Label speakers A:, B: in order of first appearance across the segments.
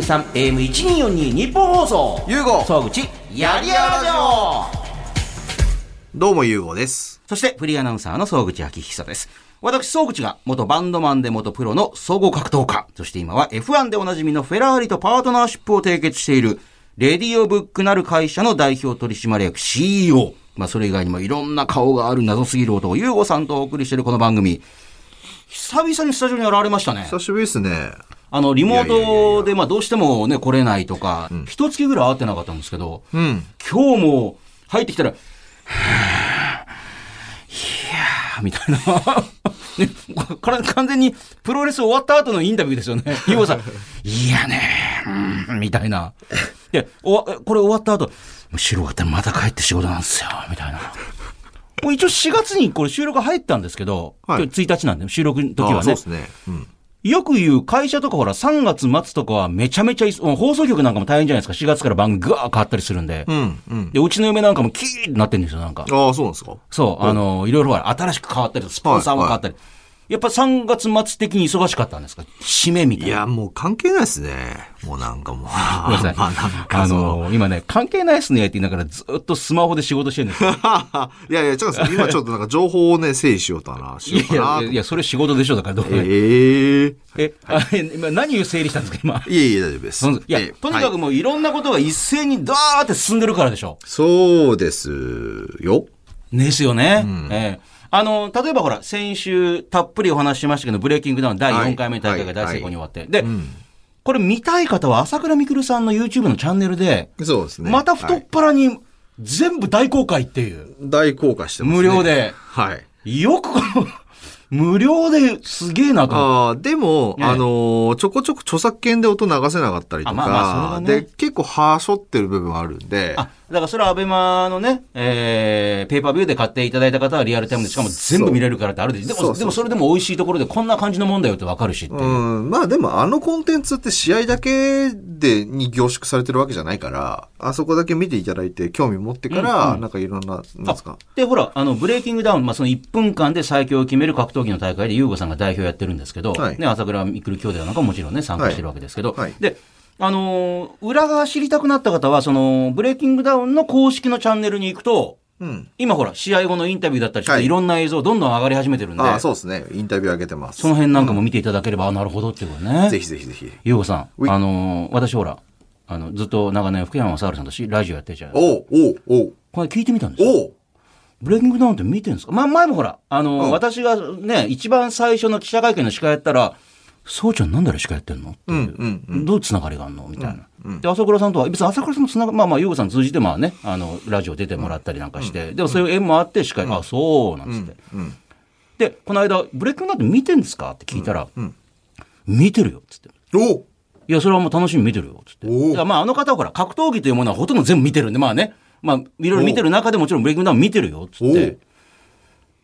A: FM93AM1242 日本放送
B: ゆうご
A: 総口やりやらじょ
B: どうもゆうごです。
A: そしてフリーアナウンサーの総口昭久です私総口が元バンドマンで元プロの総合格闘家そして今は F1 でおなじみのフェラーリとパートナーシップを締結しているレディオブックなる会社の代表取締役 CEO まあそれ以外にもいろんな顔がある謎すぎる男ゆうごさんとお送りしているこの番組久々にスタジオに現れましたね
B: 久しぶりですね。
A: あの、リモー
B: いやいやいやい
A: トで、まあ、どうしてもね、来れないとか、一月ぐらい会ってなかったんですけど、
B: うん。
A: 今日も入ってきたら、はぁ、いやー、みたいな。 ね、ここれ完全にプロレス終わった後のインタビューですよね。ゆうごさん、いやねー、うんみたいな。で、おわこれ終わった後、白がまた帰って仕事なんですよ、み たいな。もう一応4月にこれ収録入ったんですけど、
B: はい
A: 今日1日なんで、収録の時
B: あ
A: は
B: ーそう
A: ね
B: で。すね。うん。
A: よく言う会社とかほら3月末とかはめちゃめちゃいそ、放送局なんかも大変じゃないですか。4月から番組ぐわー変わったりするんで。
B: うん。うん。
A: で、うちの嫁なんかもキーってなってんですよ、なんか。
B: ああ、そうなんですか。
A: そう、あの、いろいろほら新しく変わったり、スポンサーも変わったり。やっぱ3月末的に忙しかったんですか締めみたい
B: い
A: な。
B: や、もう関係ないですね。もうなんかもう。
A: ごめんな
B: まあなんか
A: あ
B: その。
A: の、今ね、関係ないっすねって言いながらずっとスマホで仕事してるんですよ。
B: いやいや、違うんですよ。今ちょっとなんか情報をね、整理しようとな、し
A: い
B: ようかな
A: や
B: と
A: いや、いや、それ仕事でしょ、だからどう考えても
B: ええ。
A: え、あれ今何を整理したんですか、今。
B: いえいえ、大丈夫です。
A: いや
B: ええ、
A: とにか
B: は
A: く
B: い
A: もういろんなことが一斉にダーって進んでるからでしょ。
B: そうですよ。
A: ですよね。ええあの、例えばほら、先週たっぷりお話ししましたけど、ブレイキングダウン第4回目大会が大成功に終わって。で、これ見たい方は朝倉未来さんの YouTube のチャンネルで、
B: そうですね。
A: また太
B: は
A: っ
B: い
A: 腹に全部大公開っていう。
B: 大公開してますね。
A: 無料で
B: はい。
A: よくこ の、無料ですげえなと思って。
B: ああ、でも、
A: ええ
B: あのーちょこちょこ著作権で音流せなかったりとか、
A: あまあまあそれはね
B: で、結構はしょってる部分あるんで、
A: あ、だからそれはアベマのね、えー、ペーパービューで買っていただいた方はリアルタイムで、しかも全部見れるからってあるでしょ。で
B: そうそ
A: も、
B: う
A: でもそれでも美味しいところでこんな感じのもんだよってわかるしっていう
B: う。ん、まあでもあのコンテンツって試合だけでに凝縮されてるわけじゃないから、あそこだけ見ていただいて興味持ってから、なんかいろんな、なんですか。
A: で、ほら、あの、ブレイキングダウン、まあ、その1分間で最強を決める格闘技の大会で、ユーゴさんが代表やってるんですけど、
B: はい
A: ね、朝倉未来兄弟なんかももちろんね、参加してるわけですけど、
B: はいはい
A: で、あのー裏側知りたくなった方は、その、ブレイキングダウンの公式のチャンネルに行くと、
B: うん。
A: 今ほら、試合後のインタビューだったりして、、
B: はいい
A: ろんな映像どんどん上がり始めてるんで、
B: ああ、そうですね。インタビュー上げてます。
A: その辺なんかも見ていただければ、あなるほどっていうことね。
B: ぜひぜひぜひ。
A: ユーゴさ、
B: うんい
A: あのー私ほら、あの、ずっと長年福山雅治さんとしラジオやってるじゃないですか。
B: おうおうおう
A: これ聞いてみたんですよ。
B: おう
A: ブレイキングダウンって見てるんですか、ま、前もほら、あの、
B: うん
A: 私がね、一番最初の記者会見の司会やったら、そうちゃんなんであれ司会やってんのって
B: う
A: い
B: ん
A: う
B: うんうん。
A: どういうつながりがあるのみたいな。で、朝倉さんとは、別に朝倉さんもつながまあまあ、ゆうごさん通じて、まあね、あの、ラジオ出てもらったりなんかして、でもそういう縁もあって司会、あ、そう、なんつって。
B: うん
A: で、この間、ブレイキングダウンって見てんですかって聞いたら、見てるよ、つって。
B: おう
A: いや、それはもう楽しみに見てるよ、つって。
B: おー
A: だからまあ、あの方はほら、格闘技というものはほとんど全部見てるんで、まあね、まあ、いろいろ見てる中でもちろんブレイキングダウン見てるよ、つっ
B: お
A: て
B: う。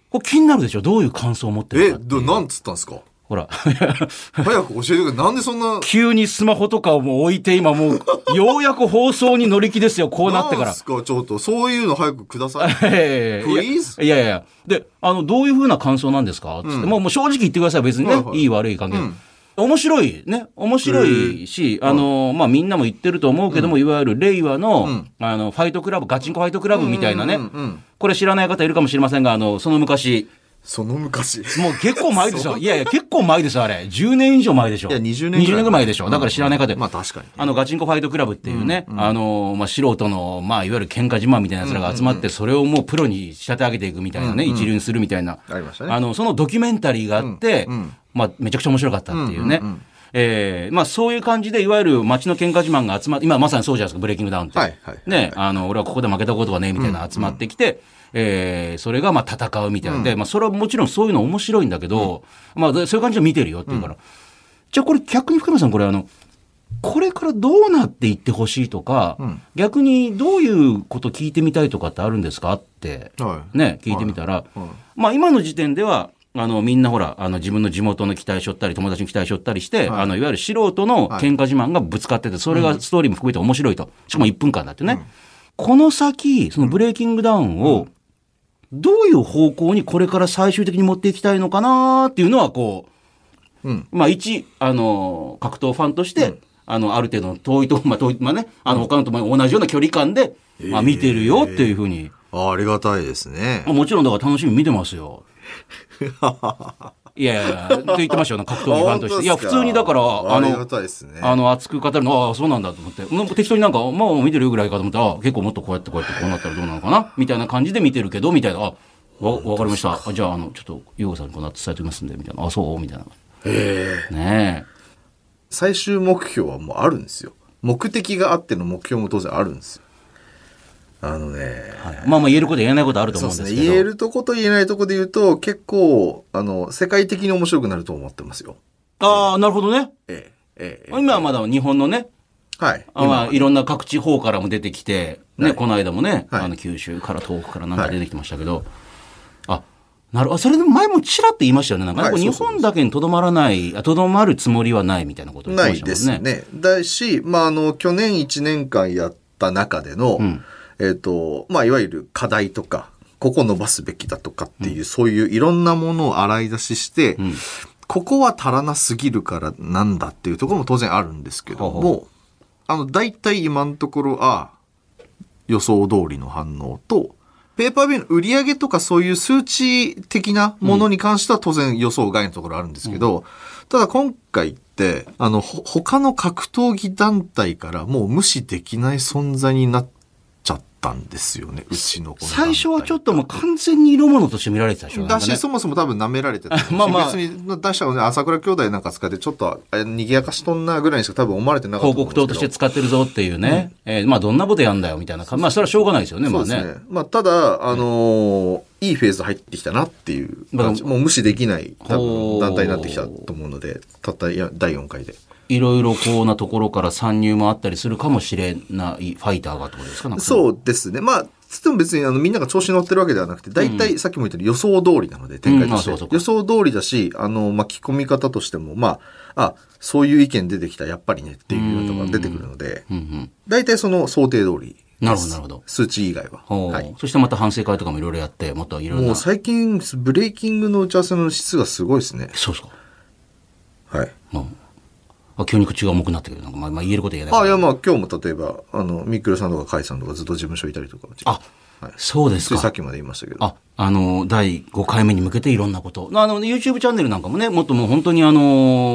A: これ気になるでしょどういう感想を持ってる
B: え、
A: か。
B: どなんつったんですか
A: ほら、
B: 早く教えてくれ。なんでそんな、
A: 急にスマホとかをもう置いて、今もう、ようやく放送に乗り気ですよ、 こうなってか
B: なん
A: ら
B: す。かちょっと、そういうの早くください。
A: ええいや
B: Please？
A: いやいやいや。で、あの、どういうふうな感想なんですかつって、もうもう正直言ってください、別にね。
B: はいいはい
A: い、悪い関係、面白いね。面白いし、あの、まあ、みんなも言ってると思うけども、いわゆる令和の、あの、ファイトクラブ、ガチンコファイトクラブみたいなね。
B: うんうんうん
A: これ知らない方いるかもしれませんが、あの、その昔、
B: その昔。
A: もう結構前ですよ。いやいや、結構前ですよ、あれ。10年以上前でしょ。
B: いや20年ぐらい
A: ぐらい前でしょ。だから知らない方で。
B: まあ確かに。
A: あの、ガチンコファイトクラブっていうね、あの、まあ、素人の、まあ、いわゆる喧嘩自慢みたいな奴らが集まって、それをもうプロに仕立て上げていくみたいなね、一流にするみたいな。
B: ありましたね
A: あの、そのドキュメンタリーがあって、まあ、めちゃくちゃ面白かったっていうね。えーまあ、そういう感じで、いわゆる街の喧嘩自慢が集まって、今まさにそうじゃないですか、ブレイキングダウンって。
B: はいはい
A: ね、あの、俺はここで負けたことがね、みたいなの集まってきて、えーそれがまあ戦うみたいなで、まあ、それはもちろんそういうの面白いんだけど、まあ、そういう感じで見てるよっていうから。じゃあこれ逆に福山さん、これあの、これからどうなっていってほしいとか、逆にどういうこと聞いてみたいとかってあるんですかって、
B: はい
A: ね、聞いてみたら、まあ今の時点では、あの、みんなほら、あの、自分の地元の期待しょったり、友達の期待しょったりして、あの、いわゆる素人の喧嘩自慢がぶつかってて、それがストーリーも含めて面白いと。しかも1分間だってね。この先、そのブレイキングダウンを、どういう方向にこれから最終的に持っていきたいのかなっていうのは、こう、
B: うん
A: まあ一、あの、格闘ファンとして、あの、ある程度の遠いとこ、まあ、遠い、まあね、あの、他のとも同じような距離感で、まあ、見てるよっていうふうに。
B: あありがたいですね
A: まあ。もちろん、だから楽しみに見てます よ。いやいや、って言ってま したよ、格闘技ファンとして。いや、普通にだから、
B: あ
A: あ
B: りが
A: の、
B: たいですね。
A: あの、熱く語るの、ああ、そうなんだと思って。なんか適当になんか、まあ、見てるよぐらいかと思ったら、あ結構もっとこうやってこうやってこうなったらどうなのかなみたいな感じで見てるけど、みたいな。あ、わ、わかりました。あじゃあ、あの、ちょっと、ゆうごさんにこの後伝えておきますんで、みたいな。あ、そうみたいな。ねえ。
B: 最終目標はもうあるんですよ。目的があっての目標も当然あるんですよ。あのね、
A: まあまあ言えること言えないことあると
B: そ
A: 思
B: う
A: うん
B: で
A: ですす
B: ね。
A: け
B: 言え
A: ど。
B: るとこと言えないとこで言うと、結構、あの、世界的に面白くなると思ってますよ。
A: ああ、なるほどね。
B: ええ、ええ。
A: 今はまだ日本のね、
B: はい。
A: あまあいろんな各地方からも出てきて、ね、この間もね、
B: はい
A: あの九州から東北からなんか出てきましたけど、あ、なるあそれでも前もちらって言いましたよね。なんかね
B: はい
A: こう
B: そ
A: 日
B: うそうそう
A: 本だけにとどまらない、あとどまるつもりはないみたいなことを言っ
B: な
A: てまし
B: い
A: たもん
B: で
A: ね。
B: すね。だし、まあ、あの、去年1年間やった中での、
A: ん
B: えっ、と、まあ、いわゆる課題とか、ここ伸ばすべきだとかっていう、そういういろんなものを洗い出しして、ここは足らなすぎるからなんだっていうところも当然あるんですけども、
A: ほう
B: あの、大体今のところ、ああ、予想通りの反応と、ペーパービューの売り上げとかそういう数値的なものに関しては当然予想外のところあるんですけど、ただ今回って、あの、ほ他の格闘技団体からもう無視できない存在になっちゃったんですよね、うちのこの団体
A: 最初はちょっともう完全に色物として見られてたでしょ。なん
B: だ
A: か
B: し、
A: ね。
B: そもそも多分舐められてた
A: まあまあ
B: 別に出したのね、朝倉兄弟なんか使って、ちょっと、あ賑やかしとんなぐらいにしか多分思われてなかった
A: 広
B: 思う
A: 告
B: んで
A: 塔とし
B: すけど。
A: て使ってるぞっていうね。えーまあどんなことやんだよみたいな感じ。まあそれはしょうがないですよね、ま
B: そ
A: あ
B: うですね
A: ね。。
B: まあ、ただ、あのーいいフェーズ入ってきたなっていう感じ、
A: ま
B: もう無視できない多
A: ほう
B: 分団体になってきたと思うので、たったいや第4回で。
A: いろいろこうなところから参入もあったりするかもしれないファイターがってことですかなんかう。
B: そうですね。まあ、つっても別にあのみんなが調子に乗ってるわけではなくて、大体さっきも言ったように予想通りなので、展開として。
A: うんあそうかそうか
B: 予想通りだし、あの、巻き込み方としても、まあ、あ、そういう意見出てきた、やっぱりねっていうようなところが出てくるので、
A: うんうん。
B: 大体その想定通りです。
A: なるほどなるほど
B: 数値以外は。
A: ほう
B: はい。
A: そしてまた反省会とかもいろいろやって、もっといろいろ
B: も
A: な。
B: う
A: そう
B: 最近、ブレイキングの打ち合わせの質がすごいですね。
A: そう。
B: はい。
A: うん。あ、急に口が重くなったけど、なんかまあ、まあ、言えること言えないから
B: あ、いや、まあ、今日も例えば、あの、ミクルさんとかカイさんとかずっと事務所いたりとか。
A: あ、
B: はい
A: そうです
B: ついさ
A: か
B: っ。きまで言いましたけど。
A: あ、あの、第5回目に向けていろんなこと。あの、YouTube チャンネルなんかもね、もっともう本当にあの、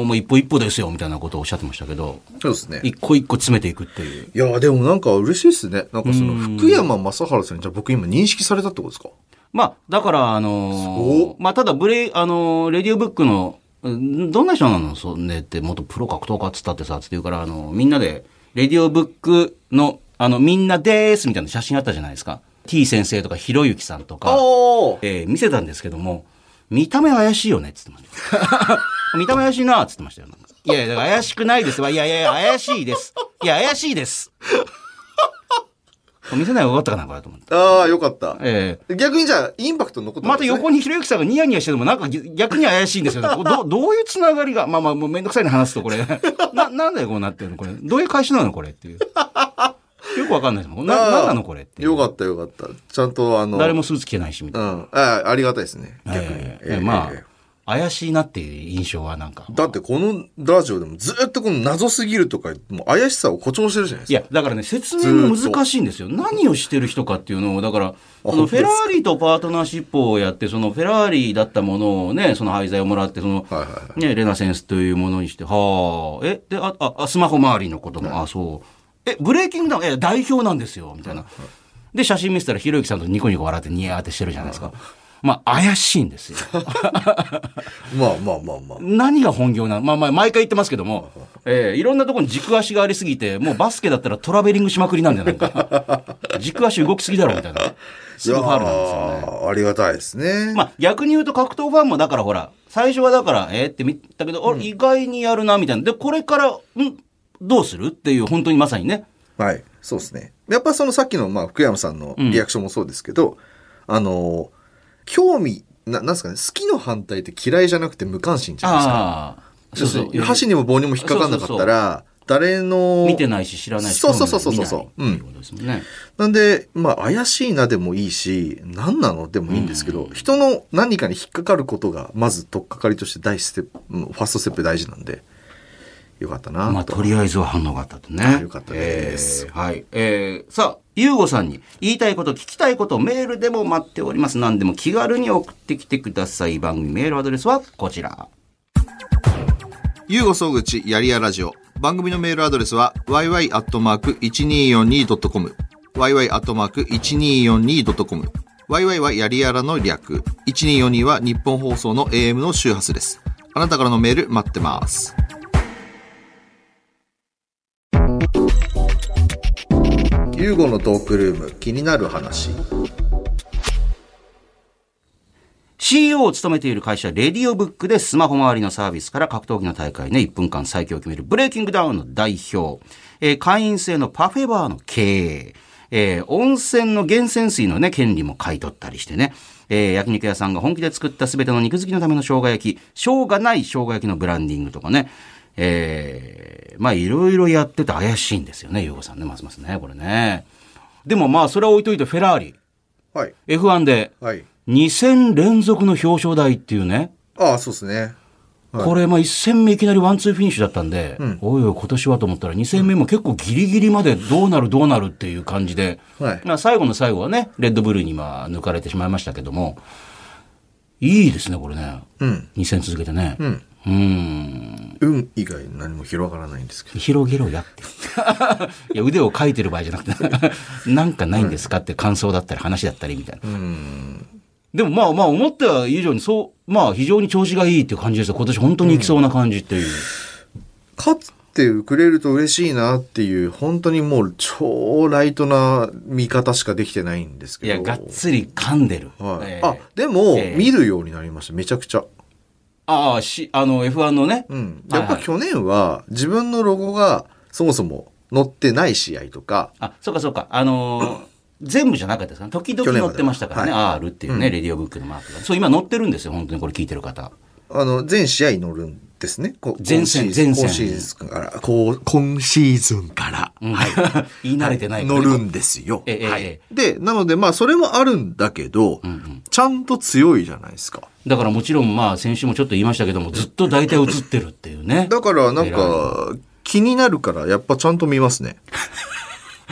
A: もう一歩一歩ですよ、みたいなことをおっしゃってましたけど、
B: そうですね。
A: 一個一個詰めていくっていう。
B: いや、でもなんか嬉しいですね。なんかその、福山雅治さんに、じゃあ僕今認識されたってことですか
A: まあ、だから、あのーまあ、ただ、ブレイ、あのーレディオブックの、うんどんな人なのそうねって、元プロ格闘家っつったってさ、つって言うから、あのーみんなで、レディオブックの、あの、みんなでーすみたいな写真あったじゃないですか。t 先生とか、ひろゆきさんとか、
B: おー
A: えー見せたんですけども、見た目怪しいよねっつってました。 見た目怪しいなっつってましたよ。なんかいやいや、だから怪しくないですわ。いやいやいや、怪しいです。いや、怪しいです。見せない方がよかったかな、これと思って。
B: ああ、よかった。
A: えー
B: 逆にじゃあ、インパクト残っ た
A: また横
B: に。
A: にひろゆきさんがニヤニヤしてるのもなんか逆に怪しいんですよ ね。どどういうつながりが、まあまあもうめんどくさいの話すとこれ。な、なんでこうなってるのこれ。どういう会社なのこれっていう。よくわかんないですもん。な、
B: あー
A: なんなのこれっていう。
B: よかった、よかった。ちゃんと、あの、
A: 誰もスーツ着てないし、み
B: う
A: たい
B: ん。ああ、ありがたいですね。
A: な。
B: 逆に。
A: え
B: え
A: え
B: え
A: ま
B: ええ
A: あ、怪しいなっていう印象はなんか。
B: だってこのラジオでもずっとこの謎すぎるとか、もう怪しさを誇張してるじゃないですか
A: い。や、だからね、説明も難しいんですよ。何をしてる人かっていうのを、だから、その
B: 本当
A: フ
B: で
A: ェ
B: す
A: ラ
B: か
A: ーリとパートナーシップをやって、そのフェラーリだったものをね、その廃材をもらって、その、
B: はいはいは
A: ね、レナセンスというものにして、はあ、え、で、あ、あ、あスマホ周りのことも、あ、そう。え、ブレイキングダウン、え、代表なんですよ、みたいな。で、写真見せたら、ひろゆきさんとニコニコ笑ってニヤーってしてるじゃないですか。まあ、怪しいん ですよ。
B: まあまあまあまあ。
A: 何が本業なのまあまあ、毎回言ってますけども、えーいろんなところに軸足がありすぎて、もうバスケだったらトラベリングしまくりなんじゃないか。軸足動きすぎだろ、みたいな。すぐファールなんですよね。
B: いやーありがたいですね。
A: まあ、逆に言うと格闘ファンもだからほら、最初はだから、えーって見たけど、あ意外にやるな、みたいな。で、これから、んどうするっていう、本当にまさにね。
B: はい。そうですね。やっぱそのさっきの、まあ、福山さんのリアクションもそうですけど、あのー、興味、ななんですかね、好きの反対って嫌いじゃなくて無関心じゃないですか。
A: ああ、そうそう。
B: 箸にも棒にも引っかかんなかったら、誰の、
A: 見てないし知らないし。
B: そうそうそうそうそう
A: 興味ないっていうことですもんね。
B: なんで、まあ、怪しいなでもいいし、何なのでもいいんですけど、人の何かに引っかかることが、まず、とっかかりとして第一ステップ、うんファーストステップ大事なんで、いよかったな
A: まあ、とりあえずは反応があったとね。
B: よかったです
A: えーはい。えーさあ、ゆうごさんに言いたいこと、聞きたいこと、メールでも待っております。何でも気軽に送ってきてください。番組メールアドレスはこちら。
B: ゆうご総口やりやラジオ。番組のメールアドレスは yy.1242.com。yy.1242.com。yy はやりやらの略。1242は日本放送の AM の周波数です。あなたからのメール待ってます。ゆうごのトークルーム気になる話。
A: CEO を務めている会社、レディオブックでスマホ周りのサービスから格闘技の大会ね、1分間最強を決めるブレイキングダウンの代表、えー会員制のパフェバーの経営、えー温泉の源泉水のね、権利も買い取ったりしてね、えー焼肉屋さんが本気で作った全ての肉好きのための生姜焼き、生姜ない生姜焼きのブランディングとかね、えーまあいろいろやってて怪しいんですよね、ゆうごさんね、ますますね、これね。でもまあそれは置いといてフェラーリ、
B: はい。
A: F1 で、
B: はい。
A: 2戦連続の表彰台っていうね、
B: ああ、そうですね。
A: これ、まあ1戦目いきなりワンツーフィニッシュだったんで、おいおい、今年はと思ったら、2戦目も結構ギリギリまでどうなる、どうなるっていう感じで、
B: はい
A: まあ最後の最後はね、レッドブルに今、抜かれてしまいましたけども、いいですね、これね、
B: うん。
A: 2戦続けてね。うんん
B: 運以外何も広がらないんですけど。
A: 広げろや って。いや、腕をかいてる場合じゃな くて、なんかないんですかって感想だったり話だったりみたいな。でもまあまあ思った以上にそう、まあ非常に調子がいいっていう感じですよ。今年本当にいきそうな感じっていう。
B: 勝ってくれると嬉しいなっていう、本当にもう超ライトな見方しかできてないんですけ
A: い
B: ど。
A: や、がっつり噛んでる。
B: はい
A: えー
B: あ、でも、
A: えー
B: 見るようになりました。めちゃくちゃ。
A: ああ、し、あの F1 のね。
B: うん。やっ
A: はい
B: ぱ
A: はい
B: 去年は自分のロゴがそもそも載ってない試合とか、
A: あ、そうかそうか。あのー全部じゃなかったですかね時々
B: 去年ま
A: 乗
B: で
A: ってましたからね。R っていうね、レディオブックのマークが。そう、今乗ってるんですよ。本当にこれ聞いてる方。
B: あの、全試合載るんですね。こう
A: 全戦
B: 今
A: 全
B: シ
A: 戦
B: ーズンから、こう、今シーズンから。
A: はい。 言い慣れてないから
B: 乗
A: ね
B: るんですよ。
A: ええ
B: は
A: ええ
B: い。で、なので、まあ、それもあるんだけど、ちゃんと強いじゃないですか。
A: だからもちろんまあ先週もちょっと言いましたけども、ずっと大体映ってるっていうね。
B: だからなんか気になるからやっぱちゃんと見ます ね。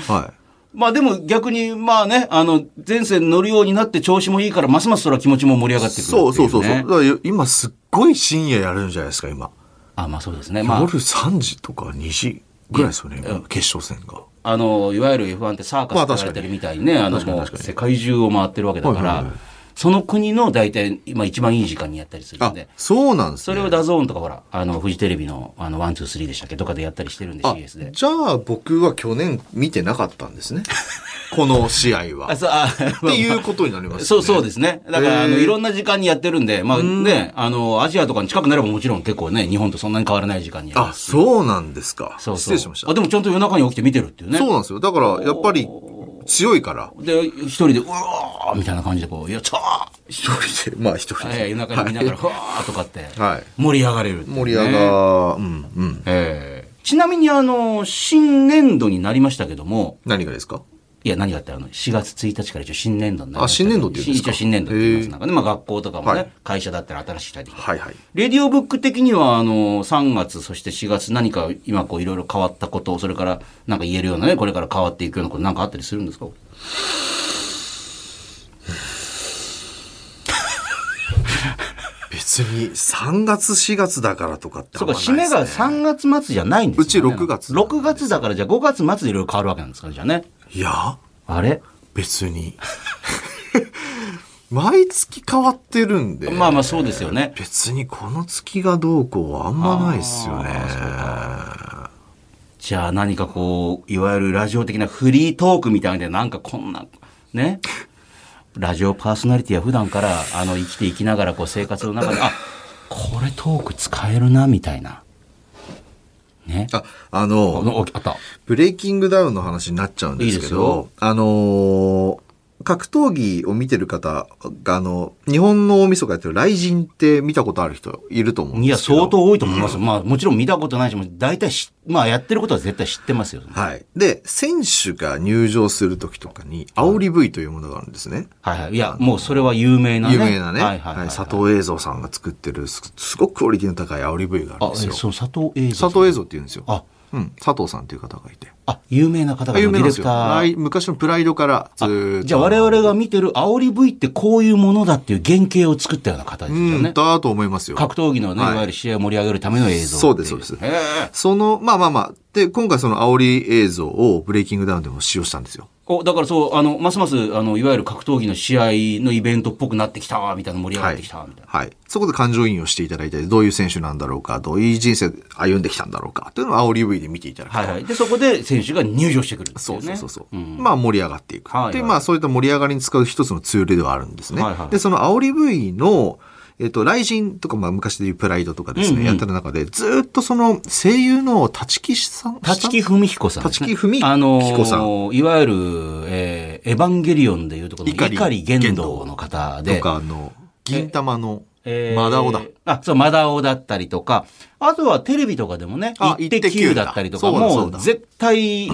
B: は
A: まあでも逆にまあね、あの、前線乗るようになって調子もいいから、ますますそれは気持ちも盛り上がっ
B: い。
A: てくるってい、ね。
B: そうそうそうそう。だから今すっごい深夜やるんじゃないですか今。
A: あ、まあそうですね。まあ、
B: 夜3時とか2時ぐらいですよね、今決勝戦が。
A: あの、いわゆる F1 ってサーカス
B: ま
A: と
B: あ
A: さ
B: 確か
A: れ
B: に
A: てるみたいにね、あの、
B: 確かに
A: もう
B: 確かに
A: 世界中を回ってるわけだから、
B: はいはいはい
A: その国の大体今一番いい時間にやったりするん
B: あ
A: で、、
B: そうなんです
A: そ
B: ね。
A: れをダゾーンとかほら、あの、フジテレビの、あの、ワン、ツー、スリーでしたっけとかでやったりしてるんで、
B: あ
A: CS で。
B: じゃあ僕は去年見てなかった んですね。この試合は。
A: あ、
B: っ
A: そう、 あ、
B: ていうことになりますね。
A: そう、そうですね。だから、あの、
B: へー
A: いろんな時間にやってるんで、まあね、あの、アジアとかに近くなればもちろん結構ね、日本とそんなに変わらない時間にやりま
B: あ、
A: す
B: そうなんですか。
A: そう
B: 失礼しました
A: あ、。でもちゃんと夜中に起きて見てるっていうね。
B: そうなんですよ。だからやっぱり強いから。
A: で、一人で、うわーみたいな感じでこう、やったー
B: 一人で、まあ一人
A: えー夜中に見ながら、うわーとかって、
B: はい
A: 盛り上がれるっていうね、
B: 盛り上が、うんうん。
A: えーちなみに、あの、新年度になりましたけども、
B: 何がですか
A: いや、何があって、あの、4月1日から一応新年度になりましたけど
B: あ新年度って言うんですか
A: 一応新年度って言います
B: へー
A: なんかね、まあ学校とかもね、
B: はい
A: 会社だったら新しい社で。
B: はいはい。
A: レディオブック的には、あの、3月、そして4月、何か今こう、いろいろ変わったこと、それから、なんか言えるようなね、これから変わっていくようなこと、なんかあったりするんですか
B: 別に3月4月だからとかって
A: そ
B: あ
A: うんか、
B: ま
A: 締
B: ない
A: め
B: ですね
A: が3月末じゃないんですよ、ね。
B: うち6月なんです
A: 6月だから、じゃあ5月末でいろいろ変わるわけなんですかね、じゃあね。
B: いや、
A: あれ
B: 別に。 毎月変わってるんで。
A: まあまあそうですよね。
B: 別にこの月がどうこうはあんまないっすよね。
A: じゃあ何かこう、いわゆるラジオ的なフリートークみたいな、なんかこんな、ね。ラジオパーソナリティは普段から、あの、生きていきながら、こう、生活の中で、あ、これトーク使えるな、みたいな。ね。
B: あ、あ
A: あ
B: の、
A: のおあった。
B: ブレイキングダウンの話になっちゃうんです
A: いいで
B: け
A: す
B: ど、
A: よ
B: あのー格闘技を見てる方が、あの、日本の大晦日やってる雷神って見たことある人いると思うん
A: い
B: で
A: や、
B: すけど。
A: 相当多いと思います。まあ、もちろん見たことないし、もう大体し、まあ、やってることは絶対知ってますよ。
B: はい。で、選手が入場する時とかに、煽り V というものがあるんですね。
A: はいはい。いや、もうそれは有名なね。
B: 有名なね、
A: はいはいはい。
B: 佐藤映像さんが作ってるす、すごくクオリティの高い煽り V がある
A: あ
B: ん、で
A: え
B: すよ。
A: そう、佐藤映像。
B: 佐藤映像って言うんですよ。
A: あ、
B: うん。佐藤さんっていう方がいて。
A: あ、有名な方が、
B: 有
A: デ
B: 名
A: ィ
B: なん
A: レ
B: で
A: ク
B: すよ。
A: タ
B: ラ
A: ー。
B: イ昔のプライドからずーっと。
A: じゃあ我々が見てる煽り V ってこういうものだっていう原型を作ったような方ですよ
B: うん、
A: ね。
B: だと思いますよ。
A: 格闘技のね、い
B: はい
A: わゆる試合を盛り上げるための映像
B: そうですそうです
A: っていへえ
B: その、まあまあまあ。で、今回その煽り映像をブレイキングダウンでも使用したんですよ。
A: お、だからそう、あの、ますます、あの、いわゆる格闘技の試合のイベントっぽくなってきたわ、みたいな盛り上がってきたわ、みたいな。
B: はい。そこで感情移入をしていただいて、どういう選手なんだろうか、どういう人生歩んできたんだろうか、というのを煽り V で見ていただくと。
A: はいはい。で、そこで選手が入場してくるってい
B: そう
A: ね。
B: うそうそうそう、
A: ん
B: まあ盛り上がっていく。
A: はいはい
B: で、まあそういった盛り上がりに使う一つのツールではあるんですね。
A: はいはい
B: で、その煽り V の、えっと、雷神とか、まあ昔でいうプライドとかですね、やってる中で、ずーっとその声優の立木さん
A: 立木文彦さんですね。
B: 立木文彦さん
A: あのーいわゆる、えー、エヴァンゲリオンでいうところの
B: 碇
A: 碇玄道の方で
B: と、かの、銀玉の、
A: えー
B: マダオだ。
A: あ、そう、マダオだったりとか、あとはテレビとかでもね、
B: あ
A: イッテ Q だったりとか、
B: そうだ
A: も
B: そう
A: う
B: だ
A: 絶対、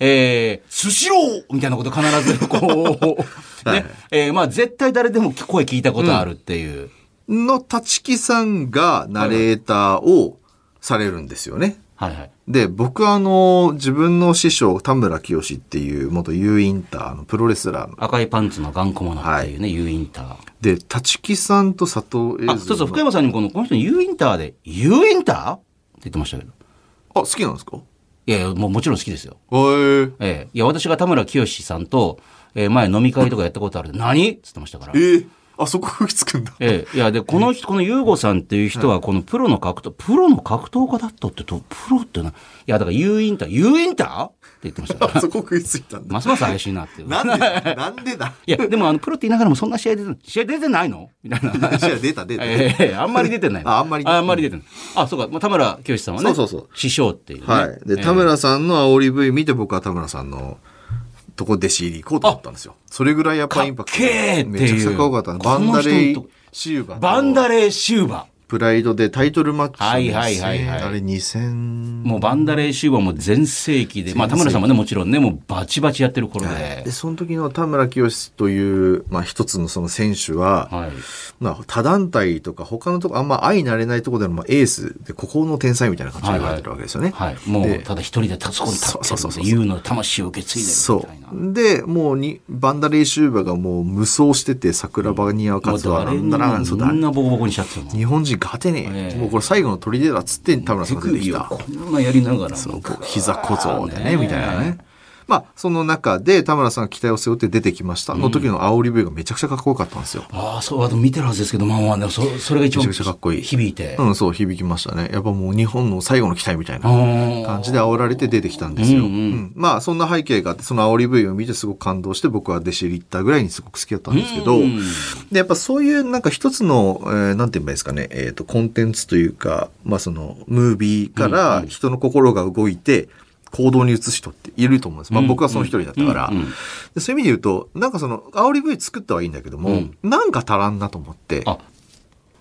A: えー、スシローみたいなこと必ず、 こう、
B: は
A: ね
B: い、
A: えー、まあ絶対誰でも声聞いたことあるっていう。
B: の立木さんがナレーターをされるんですよね。
A: はいはい。
B: で、僕あの、自分の師匠、田村清っていう元 U インターのプロレスラーの。
A: 赤いパンツの頑固者っていうね、U インター。
B: で、立木さんと佐藤映像
A: あ、そうそう、福山さんにもこの、この人 U インターで、U インターって言ってましたけど。
B: あ、好きなんですかへ
A: いやいや、もうもちろん好きですよ。
B: え。
A: ええ。いや、私が田村清さんと、ええ、前飲み会とかやったことあるで、何っつってましたから。え
B: ええ。あ、そこ吹きつくんだ。
A: え。いや、で、この人、このユーゴさんっていう人は、このプロの格闘、プロの格闘家だったってと、プロってな、いや、だから U インター、U インターって言ってました から。
B: あそこ食いついたんだ。
A: ますます怪しいなっていう。
B: なん でだなんでだ
A: いや、でもあの、プロって言いながらもそんな試合出て、試合出てないのみたいな。
B: じ ゃあ出た出 た。
A: ええあんまり出てないの。
B: ああんまり
A: あんまり出てない。あ、そうか。まあ、田村清さんはね。
B: そうそうそう
A: 師匠っていうね。
B: はい。で、田村さんの煽り V 見て僕は田村さんのとこ弟子入り行こうと思ったんですよ。それぐらいやっぱインパクト
A: かっけーっていう
B: めちゃくちゃかっこよかった。バンダレイシューバーと
A: バンダレーシューバー。
B: プライドでタイトルマッチの
A: はいはいはいはい
B: あれ2000。
A: もうバンダレーシューバーも全盛期で、まあ田村さんもね、もちろんね、もうバチバチやってる頃で
B: で、。その時の田村清という、まあ一つのその選手は、
A: はい。
B: まあ、他団体とか他のとこあんま相慣れないとこでもまあエースでここの天才みたいな感じで言われてるわけですよね。
A: はい。もう、ただ一人でたそこに立って
B: そうそう
A: る
B: そ
A: ん
B: う
A: で、ユウの魂を受け継いでるみたいな。
B: そう。で、もうに、バンダレイシューバがもう無双してて、桜庭に合う
A: も
B: か
A: う
B: つはな
A: 誰に
B: んだな、
A: も
B: そう
A: み
B: だ。
A: んなボコボコにしちゃってるもん。
B: 日本人勝てねえ。
A: ええ
B: もうこれ最後の砦だっつって田村さ
A: 手
B: んが出て
A: 首
B: き
A: を
B: た。
A: こんなやりながら
B: そう
A: も。
B: こう膝小僧で
A: ねえ
B: ね、みたいなね。まあ、その中で田村さんが期待を背負って出てきました。の時の煽り部がめちゃくちゃかっこよかったんですよ。
A: ああ、そう、あと見てるはずですけど、まあまあね、そそれが一番
B: めちゃくちゃかっこいい
A: 響いて。
B: うん、そう、響きましたね。やっぱもう日本の最後の期待みたいな。
A: ああ
B: 感じで煽られて出てきたんですよ。
A: うんうん
B: うんまあそんな背景があって、その煽り V を見てすごく感動して僕は弟子入り行ったぐらいにすごく好きだったんですけど、
A: うん
B: で、やっぱそういうなんか一つの、えーなんて言えばいいですかね、えっ、と、コンテンツというか、まあその、ムービーから人の心が動いて、行動に移す人っていると思うんです。まあ僕はその一人だったから。
A: うんうん
B: でそういう意味で言うと、なんかその、煽り V 作ったはいいんだけども、なんか足らんなと思って、
A: あ
B: っ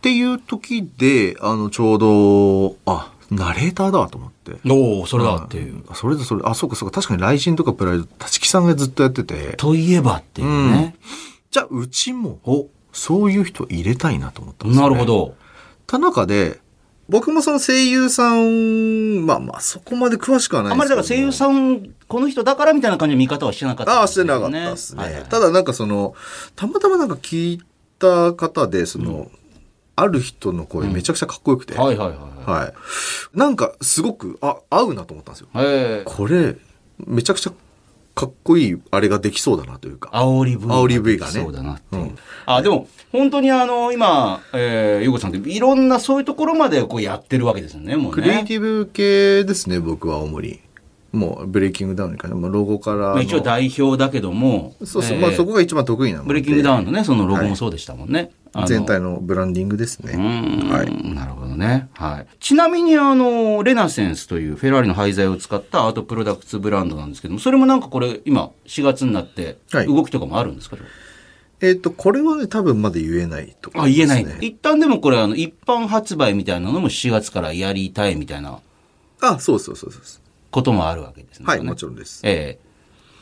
B: ていう時で、あの、ちょうど、あ、ナレーターだと思って。
A: おおそれだっていう。
B: あそれだそれだあそうかそうか確かに雷神とかプライド立木さんがずっとやってて
A: といえばっていうね。
B: じゃあうちも
A: お
B: そういう人入れたいなと思ったんですよ、
A: な
B: ね、
A: るほど。
B: 田中で僕もその声優さんまあまあそこまで詳しくはない
A: あんまりだから声優
B: ん
A: さん、この人だからみたいな感じの見方はしてなかった、
B: ああしてなかったですね、
A: はいはい
B: ただなんかそのたまたまなんか聞いた方でその、ある人の声めちゃくちゃかっこよくて、
A: はいはいはいはい。
B: はいなんかすごくあ合うなと思ったんですよ
A: ええ
B: これめちゃくちゃかっこいいあれができそうだなというか
A: 煽り V が。
B: 煽り V がね
A: そうだなっていう。
B: うん
A: あ、でも、本当にあの、今、えー、ゆうこさんっていろんなそういうところまでこうやってるわけですよね、もうね。
B: クリエイティブ系ですね、僕は主に。もうブレイキングダウンに関してもうロゴから
A: ま
B: の
A: あ、一応代表だけども、
B: そうそう、
A: えー
B: まあそこが一番得意なので
A: ブレイキングダウンのね、そのロゴもそうでしたもんね。あの
B: 全体のブランディングですね
A: うーん
B: はい
A: なるほどね。はい。ちなみに、あの、レナセンスというフェラーリの廃材を使ったアートプロダクツブランドなんですけども、それもなんかこれ、今、4月になって、
B: はい
A: 動きとかもあるんですか、
B: えっ、とこれはね多分まだ言えないと
A: あ、言えない。一旦でもこれ、あの、一般発売みたいなのも4月からやりたいみたいな
B: あそうそうそうそうそ
A: こともあるわけです
B: う
A: ね。
B: はい
A: これね
B: もちろんです
A: ええ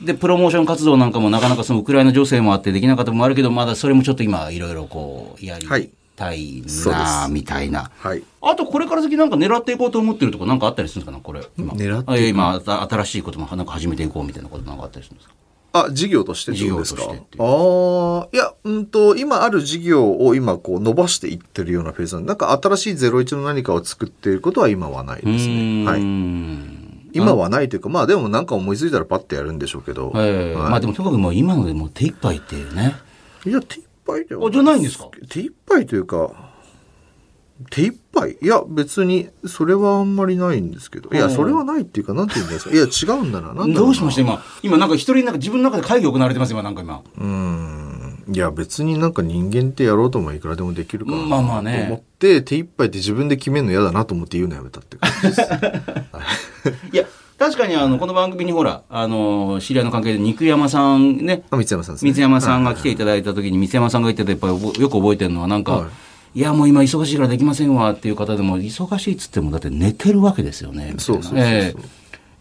A: で、プロモーション活動なんかもなかなかそのウクライナ情勢もあってできなかったのもあるけど、まだそれもちょっと今、いろいろこう、やり
B: はい
A: たい
B: そうで
A: なあ、
B: す
A: みたいな。
B: はい
A: あと、これから先なんか狙っていこうと思ってるとこなんかあったりするんですかね、これ。今
B: 狙っていく
A: あいや今、あた新しいこともなんか始めていこうみたいなことなんかあったりするんですか
B: あ事業としてってことですか
A: 事業としてっていう
B: ああいやうんと今ある事業を今こう伸ばしていってるようなフェーズなんでなんか新しいゼロイチの何かを作っていることは今はないうです
A: ー
B: ね
A: ん。
B: はい今はないというか、まあでもなんか思いついたらパッてやるんでしょうけど。
A: ええ
B: はい
A: まあでも、とにかくもう今のでもう手一杯っていうね。
B: いや、手一杯では
A: あじゃないんですか
B: 手一杯というか、手一杯いや、別に、それはあんまりないんですけど。い
A: あ
B: や、
A: ー
B: それはないっていうか、なんて言うんですか。いや、違うんだな。なんだろ
A: どうしました
B: う
A: 今、今なんか一人なんか自分の中で会議行われてます今、なんか今。
B: なうーん。いや、別になんか人間ってやろうともいくらでもできるからな。
A: まあまあね
B: と思って、手一杯って自分で決めるの嫌だなと思って言うのやめたって感 じです。
A: いや、確かにあの、この番組にほら、あの、知り合いの関係で肉山さんね、
B: あ、三山さんですね。
A: 三山さんが来ていただいた時に、三山さんが言ってたやっぱり覚えよく覚えてるのは、なんか、、
B: はい
A: や、もう今忙しいからできませんわっていう方でも、忙しいっつっても、だって寝てるわけですよね。みたいな
B: そうそうそうそう
A: ええ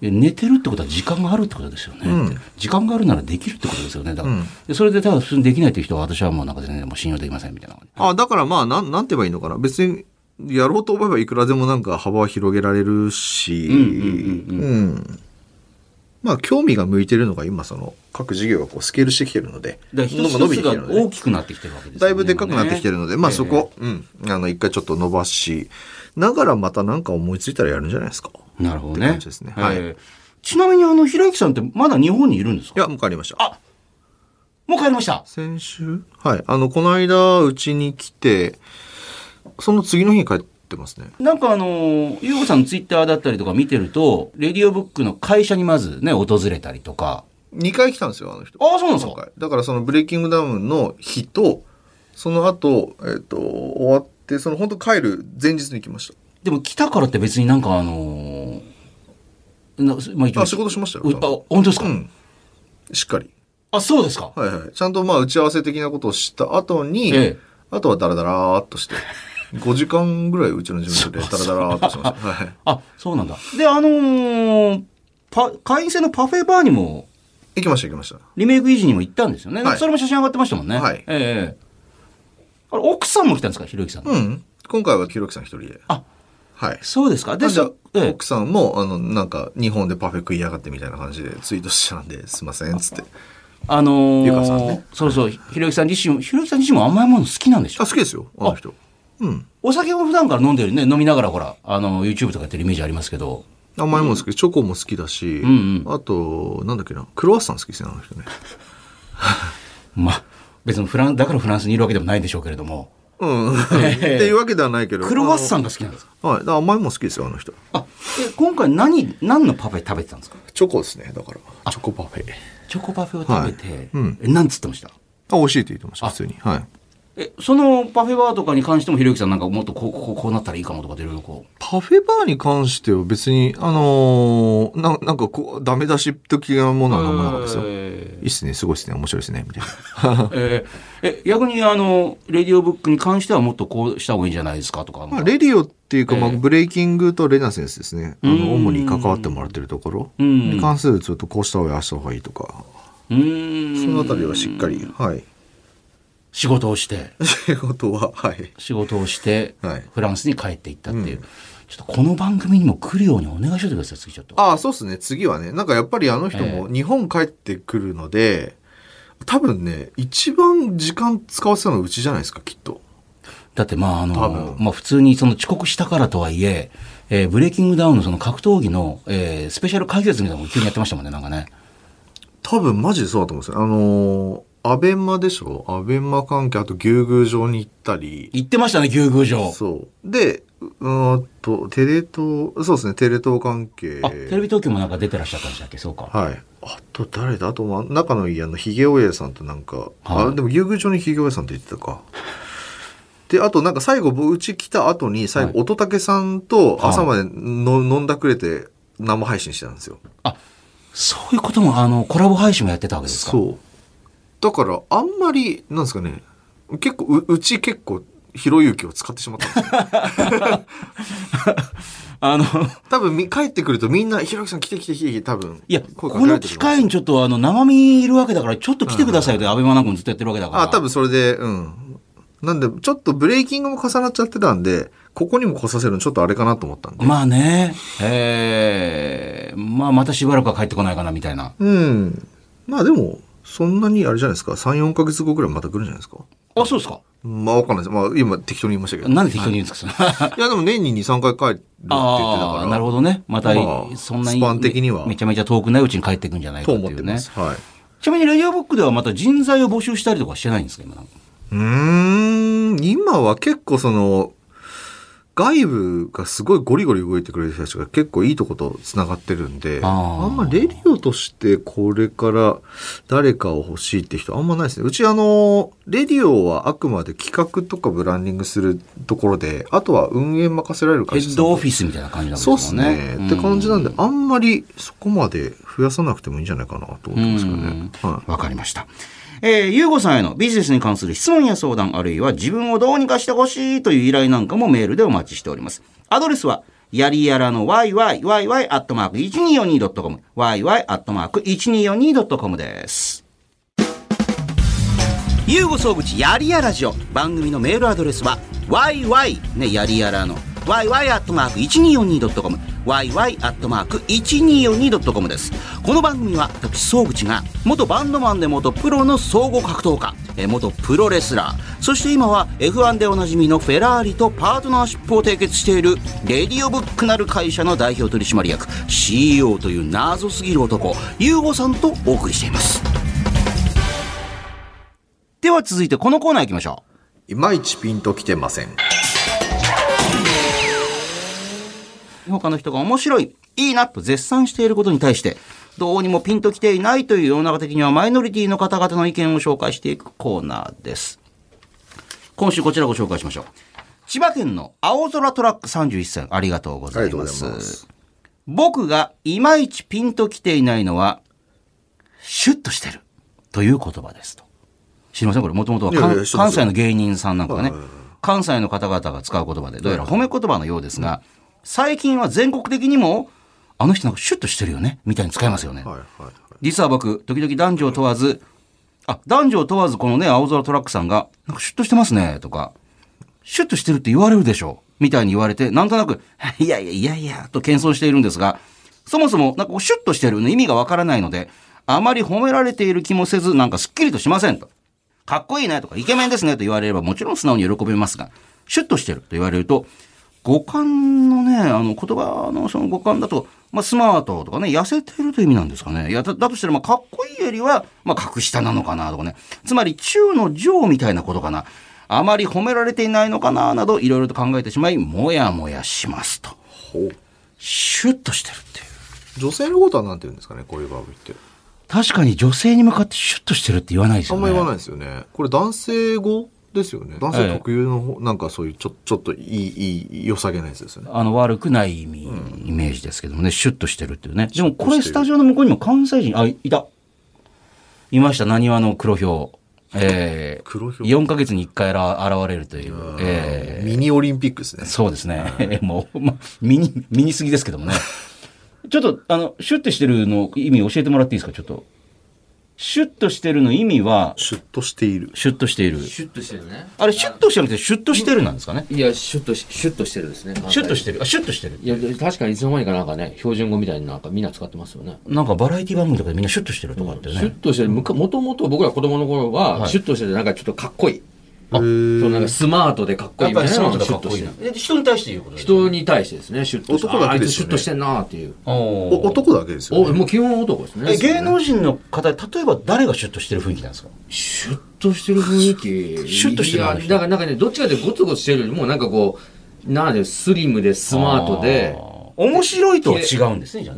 A: いや寝てるってことは時間があるってことですよね。
B: うん
A: 時間があるならできるってことですよね。だから、
B: うん
A: でそれでただ普通にできないっていう人は私はもうなんか全然もう信用できませんみたいな。
B: あ、だからまあ、なん、なんて言えばいいのかな。別に、やろうと思えばいくらでもなんか幅は広げられるし、
A: うんうんうん
B: うんまあ、興味が向いてるのが今、その、各事業がこうスケールしてきてるので、
A: だから一つ
B: 伸
A: 一つ
B: びてき
A: が
B: てるのでね
A: 大きくなってきてるわけですよね。
B: だいぶでっかくなってきてるので、
A: ね
B: まあそこ、うん、あの、一回ちょっと伸ばし、ながらまたなんか思いついたらやるんじゃないですか。
A: なるほど
B: って
A: ね。
B: 感じですね
A: え
B: はい
A: えちなみにあの、ひろゆきさんってまだ日本にいるんです
B: い
A: か
B: や、もう帰りました。
A: あもう帰りました。
B: 先週はい。あの、この間、うちに来て、その次の日に帰ってますね。
A: なんかあの、ゆうごさんのツイッターだったりとか見てると、レディオブックの会社にまずね、訪れたりとか。
B: 2回来たんですよ、あの人。
A: ああ、そうなんです
B: 今
A: か
B: 回だからそのブレイキングダウンの日とその後、えっと終わってその本当帰る前日に来まし
A: でも来たからって別になんかあのーなまあ一
B: た
A: 応
B: あ仕事しましたよ
A: お
B: ちゃんと
A: あ、本当ですか、
B: うんしっかり
A: あ、そうですか、
B: はいはいちゃんとまあ打ち合わせ的なことをした後に、
A: ええ
B: あとはダラダラーっ として5時間ぐらいうちの事務所でダラダラーっとしてま したはい
A: あ、そうなんだ。で、あのーパ、会員制のパフェバーにも、
B: 行きました行きました
A: リメイクイージーにも行ったんですよね。
B: はい
A: それも写真上がってましたもんね。
B: はい
A: ええあれ、奥さんも来たんですかひろゆきさんの。
B: うん今回はひろゆきさん一人で
A: あ
B: はい
A: そうですか。で、
B: あじゃあ
A: そええ
B: 奥さんもあのなんか日本でパフェ食いやがってみたいな感じでツイートしてたんですい ませんっつって
A: あのー
B: ゆかさんね
A: そうそう、ひろゆきさん自身も、ひろゆきさん自身も甘いもの好きなんでしょ
B: あ好きですよあの人うん
A: お酒を普段から飲んでるね、飲みながらほら、あの、YouTube とかやってるイメージありますけど、
B: 甘いもの好き、チョコも好きだし、
A: ん
B: あと、なんだっけな、クロワッサン好きですね、あの人ね。
A: まあ、別にフラン、だからフランスにいるわけでもないんでしょうけれども、
B: うん。 っていうわけではないけど。
A: クロワッサ
B: ン
A: ンが好きなんですか
B: はい。だから甘いもの好きですよ、あの人。
A: あ、え、今回何、何のパフェ食べてたんですか
B: チョコですね、だから。チョコパフェ。
A: チョコパフェを食べて、
B: はいうん
A: え、なんつってました
B: あ、美味しいって言ってました、普通に。はい。
A: え、そのパフェバーとかに関してもひろゆきさんなんかもっとこう、こう、こうなったらいいかもとかでいろいろこう。
B: パフェバーに関しては別に、あのーな、なんかこう、ダメ出し的なものは何もなかったですよ。い
A: え
B: いっすね、すごいっすね、面白いっすね、みたいな。
A: ーえーえ、逆にあの、レディオブックに関してはもっとこうした方がいいんじゃないですかとか。
B: まあ、レディオっていうか、まあ、
A: ええ
B: ブレイキングとレナセンスですね。あ
A: うん
B: の、主に関わってもらってるところ
A: うん
B: に関する、ちょっとこうした方がいい、ああした方がいいとか、
A: うーん。
B: そのあたりはしっかり、はい。
A: 仕事をして。
B: 仕事は、はい。
A: 仕事をして、
B: はい
A: フランスに帰っていったっていう、ちょっとこの番組にも来るようにお願いしといてください次ちょっと
B: ああ、そうっすね。次はね、なんかやっぱりあの人も日本帰ってくるので、多分ね、一番時間使わせたのはうちじゃないですか、きっと。
A: だってまああ
B: 多
A: の
B: 分、
A: まあ、普通にその遅刻したからとはいええーブレイキングダウンのその格闘技の、えースペシャル解説みたいなのも急にやってましたもんねなんかね
B: 多分マジでそうだと思うんですよ。あのーアベンマでしょアベンマ関係、あと牛宮城に行ったり、
A: 言ってましたね、牛宮城。
B: そう。で、うーんと、テレ東、そうですね、テレ東関係。
A: あ、テレビ東京もなんか出てらっしゃったんでしたっけそうか。
B: はい。あと誰だあと、ま中の家のヒゲおやさんとなんか、
A: はい
B: あ、でも遊具場にヒゲおやさんって言ってたか。で、あとなんか最後、うち来た後に、最
A: は
B: 後、乙武さんと朝までの、飲んだくれて生配信してたんですよ。
A: あ、そういうことも、あの、コラボ配信もやってたわけですか
B: そう。だから、あんまり、なんですかね、結構、ううち結構、ひろゆきを使ってしまったんですよ。
A: あの、
B: 多分み、帰ってくるとみんな、ひろゆきさん来て来て来て来て、多分。
A: いや、
B: 声
A: こ
B: かけら
A: の
B: れてく
A: 機
B: る
A: 会にちょっとあの、生身いるわけだから、ちょっと来てくださいよって、アベマなんかもずっとやってるわけだから。
B: あ、多分それで、うん。なんで、ちょっとブレーキングも重なっちゃってたんで、ここにも来させるのちょっとあれかなと思ったんで。
A: まあね、ええまあまたしばらくは帰ってこないかなみたいな。
B: うん。まあでも、そんなにあれじゃないですか。3、4ヶ月後くらいまた来るんじゃないですか。
A: あ、そうですか。
B: まあわかんないです。まあ今適当に言いましたけど。
A: なんで適当に言うんですか、それ
B: いやでも年に2、3回帰るって言ってたか
A: ああ、
B: ら。
A: なるほどね。また、
B: まあ
A: そんなに
B: スパン的には
A: め。めちゃめちゃ遠くないうちに帰ってくんじゃない
B: と
A: かって
B: 思っ
A: い
B: て
A: うね
B: ま。す。はい。
A: ちなみに、レディオブックではまた人材を募集したりとかしてないんですか、今なんか。
B: うーん、今は結構その、外部がすごいゴリゴリ動いてくれる人たちが結構いいとこと繋がってるんで、
A: あー
B: あんまレディオとしてこれから誰かを欲しいって人あんまないですね。うちあの、レディオはあくまで企画とかブランディングするところで、あとは運営任せられる
A: ヘ
B: 会社さん
A: ッドオフィスみたいな感じなんです
B: そう
A: よ
B: ですね。って感じなんで、あんまりそこまで増やさなくてもいいんじゃないかなと思ってますけどね。
A: うん
B: はい
A: わかりました。えー、ゆうごさんへのビジネスに関する質問や相談、あるいは自分をどうにかしてほしいという依頼なんかもメールでお待ちしております。アドレスは、やりやらの yy,yy,1242.com、yy,1242.com です。ゆうご総口やりやラジオ。番組のメールアドレスは、yy、ね、やりやらの、yy.1242.com、yy.1242.com です。この番組は、私、総口が、元バンドマンで元プロの総合格闘家、えー元プロレスラー、そして今は F1 でおなじみのフェラーリとパートナーシップを締結している、レディオブックなる会社の代表取締役、CEO という謎すぎる男、ゆうごさんとお送りしています。では続いてこのコーナー行きましょう。
B: いまいちピンときてません。
A: 他の人が面白い、いいなと絶賛していることに対して、どうにもピンときていないという世の中的にはマイノリティの方々の意見を紹介していくコーナーです。今週こちらご紹介しましょう。千葉県の青空トラック31さん、ありがとうございます。
B: ありがとうございます
A: 僕がいまいちピンときていないのは、シュッとしてるという言葉ですと。知りませんこれもともとは関
B: いやいや知ってま
A: 関
B: す
A: 西の芸人さんなんかがね、関西の方々が使う言葉で、どうやら褒め言葉のようですが、最近は全国的にも、あの人なんかシュッとしてるよねみたいに使いますよね。
B: はいはいはい。
A: 実は僕、時々男女を問わず、あ、男女を問わずこのね、青空トラックさんが、なんかシュッとしてますね、とか、シュッとしてるって言われるでしょう、みたいに言われて、なんとなく、 いやいやいやいや、と謙遜しているんですが、そもそも、なんかこうシュッとしてるの意味がわからないので、あまり褒められている気もせず、なんかすっきりとしませんと。かっこいいねとか、イケメンですねと言われれば、もちろん素直に喜びますが、シュッとしてると言われると、五感のね、あの、言葉のその五感だと、まあ、スマートとかね、痩せてるという意味なんですかね。いや、だだとしたら、まあ、かっこいいよりは、まあ、格下なのかなとかね。つまり、中の上みたいなことかな。あまり褒められていないのかな、など、いろいろと考えてしまい、もやもやしますと。
B: ほう。
A: シュッとしてるっていう。
B: 女性のことはなんて言うんですかねこういう場合って。
A: 確かに女性に向かってシュッとしてるって言わないです
B: あ
A: よ
B: ん
A: ね。
B: ま言わないですよね。これ男性語ですよね。男性特有の、なんかそういうちょちょっといい、いい、良さげなやつですよね。
A: あの悪くない意味、イメージですけどもね、シュッとしてるっていうね。でもこれスタジオの向こうにも関西人、あ、いた。いました、なにわの黒ひょう。えー、
B: 黒豹
A: 4ヶ月に1回ら現れるという。え
B: ミニオリンピックですね
A: ー、。そうですね。 もう、ま、身に、身にすぎですけどもね。ちょっと、あの、シュッとしてるの意味教えてもらっていいですか、ちょっと。シュッとしてるの意味は、
B: シュッとしている。
A: シュッとしている。
C: シュッとしてるね。
A: あれ、シュッとしてなくて、シュッとしてるなんですかね。
C: いや、シュッとし、シュッとしてるですね。
A: シュッとしてる。あ、シュッとしてる。
C: いや、確かにいつの間にかなんかね、標準語みたいになんかみんな使ってますよね。
A: なんかバラエティ番組とかでみんなシュッとしてるとかってね。
C: シュッとしてる、むかもともと僕ら子供の頃は、
A: はい
C: シュッとしててなんかちょっとかっこいい。あ、そのなんかスマートでかっこいいみたいなのがシュッとしてる。
A: で人に対して言うことです
C: 人に対してですね、シュッとして、
B: 男だ
C: ああ
B: け
C: い
B: で
C: つ
B: す
C: シ
B: よね
C: ュッとしてんなーっていう。
B: お
A: お
B: 男だけですよ、
C: お、
B: ね。
C: もう基本男ですね。
A: え芸能人の方、例えば誰がシュッとしてる雰囲気なんですか
C: シュッとしてる雰囲気。
A: シュッとしてる
C: いや、だからなんかね、どっちかでゴツゴツしてるよりも、なんかこう、なんでスリムでスマートで、
A: 面白いとは違うんですね、じゃあ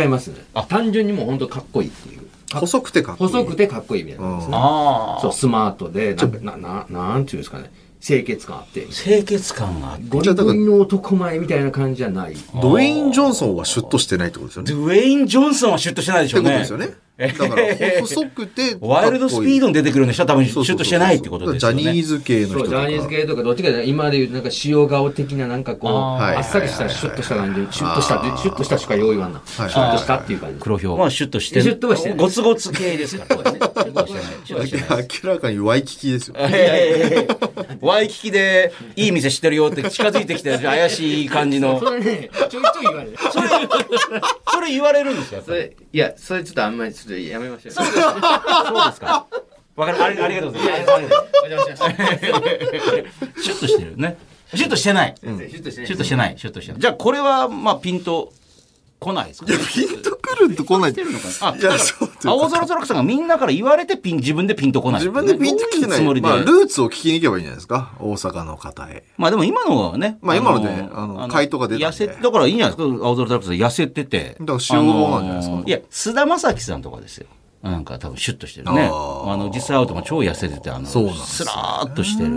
A: ね。
C: 違いますね。単純にもう本当かっこいいっていう。
B: 細くてかっこいい。
C: 細くてかっこいいみたいなことですね。
A: あ
C: そう、スマートで、なんか、な、な、なんていうんですかね、清潔感あって、
A: 清潔感があって。
C: ゴリゴリの男前みたいな感じじゃない。
B: ドウェイン・ジョンソンはシュッとしてないってことですよね。
A: ドウェイン・ジョンソンはシュッとしてないでし
B: って
A: ょ
B: こ
A: う
B: と
A: ね。
B: ですよね。だから、細くてかっこいい、
A: ワイルドスピードに出てくるような人は多分シ
B: そうそうそうそう、
A: ュッとしてないってことですよね。
B: ジャニーズ系の
C: そ
B: 人
C: う、
B: と
C: ジ
B: か。
C: ャニーズ系とか、どっちかで、今でいう、なんか塩顔的な、なんかこう、
A: あ
B: ー
C: あっさりした、シュッとした感じ、シュッとした、シュッとしたしか用意はない。シュ
B: はい
C: ッとしたっていう感じ。
A: 黒ひょう。まあシュッとして
C: シュッとはしてない
A: ゴツゴツ系ですから。そうですね。シュッとしてない。シュッとしてない。
B: 明らかにワイキキですよ。
A: ええワイキキでいい店知ってるよって近づいてきて怪しい感じの
C: そ。れね、ちょいちょい言われる。それ、
A: それ言われるんですよ。やっぱ
C: そ
A: り
C: れ、いや、それちょっとあんまり、ちょっとやめましょう。
A: そうですか。わかる。ありありがとうございますありがとう
C: お邪魔しました。
A: ございます。シュッとしてるね。シュッとしてない。
C: 先生シュッとしてね
A: シュッとしてない。シュッとしてない。じゃあこれはまあピンと来ないですかね。
B: ピンとくるとこない。い
A: あ
B: や、そうっていうか
A: 青空トラックさんがみんなから言われてピン、自分でピンとこない。
B: 自分でピンとき
A: どう
B: て
A: う
B: な
A: つもり
B: い。
A: で。
B: まあ、
A: まあ
B: ル、ーツを聞きに行けばいいんじゃないですか。大阪の方へ。
A: でも今のはね。
B: まあ今のであの回答が出たん
A: 痩
B: で
A: せ、だからいいんじゃないですか青空トラックさん痩せてて。
B: だから塩顔なんじゃないですか
A: あのーいや、菅田将暉さんとかですよ。なんか多分シュッとしてるね。
B: あー
A: あの、実際会うとも超痩せてて、あの、
B: そうなんです
A: スラーっとしてる。